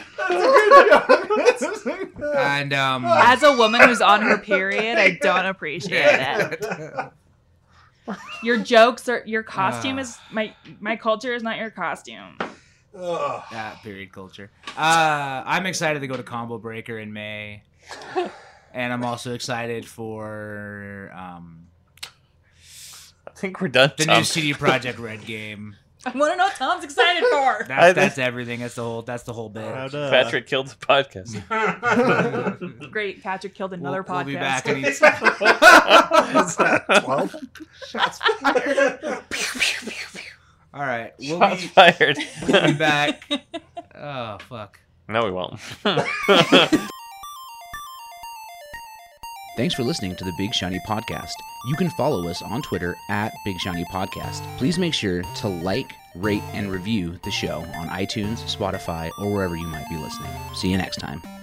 [SPEAKER 5] and um *laughs*
[SPEAKER 3] as a woman who's on her period i don't appreciate that your jokes are your costume
[SPEAKER 5] Ah.
[SPEAKER 3] is my my culture is not your costume *laughs*
[SPEAKER 1] Ugh.
[SPEAKER 5] uh, period culture. Uh I'm excited to go to Combo Breaker in May. And I'm also excited for um
[SPEAKER 6] I think we're done.
[SPEAKER 5] the
[SPEAKER 6] Tom.
[SPEAKER 5] new CD Project Red game.
[SPEAKER 3] i want to know what tom's excited for
[SPEAKER 5] *laughs* That's
[SPEAKER 6] I-
[SPEAKER 5] that's everything. That's the whole that's the whole bit.
[SPEAKER 2] Proud of-
[SPEAKER 6] Patrick killed the
[SPEAKER 5] *laughs*
[SPEAKER 6] podcast.
[SPEAKER 2] *laughs*
[SPEAKER 3] great patrick killed another
[SPEAKER 5] we'll,
[SPEAKER 3] podcast
[SPEAKER 5] We'll be back in each-
[SPEAKER 1] Is that 12?
[SPEAKER 5] All right. We'll
[SPEAKER 6] Shots
[SPEAKER 5] be,
[SPEAKER 6] fired.
[SPEAKER 5] we'll *laughs*
[SPEAKER 3] *laughs*
[SPEAKER 5] be back. Oh fuck.
[SPEAKER 6] no, we won't. *laughs*
[SPEAKER 5] Thanks for listening to the Big Shiny Podcast. You can follow us on Twitter at Big Shiny Podcast. Please make sure to like, rate, and review the show on iTunes, Spotify, or wherever you might be listening. See you next time.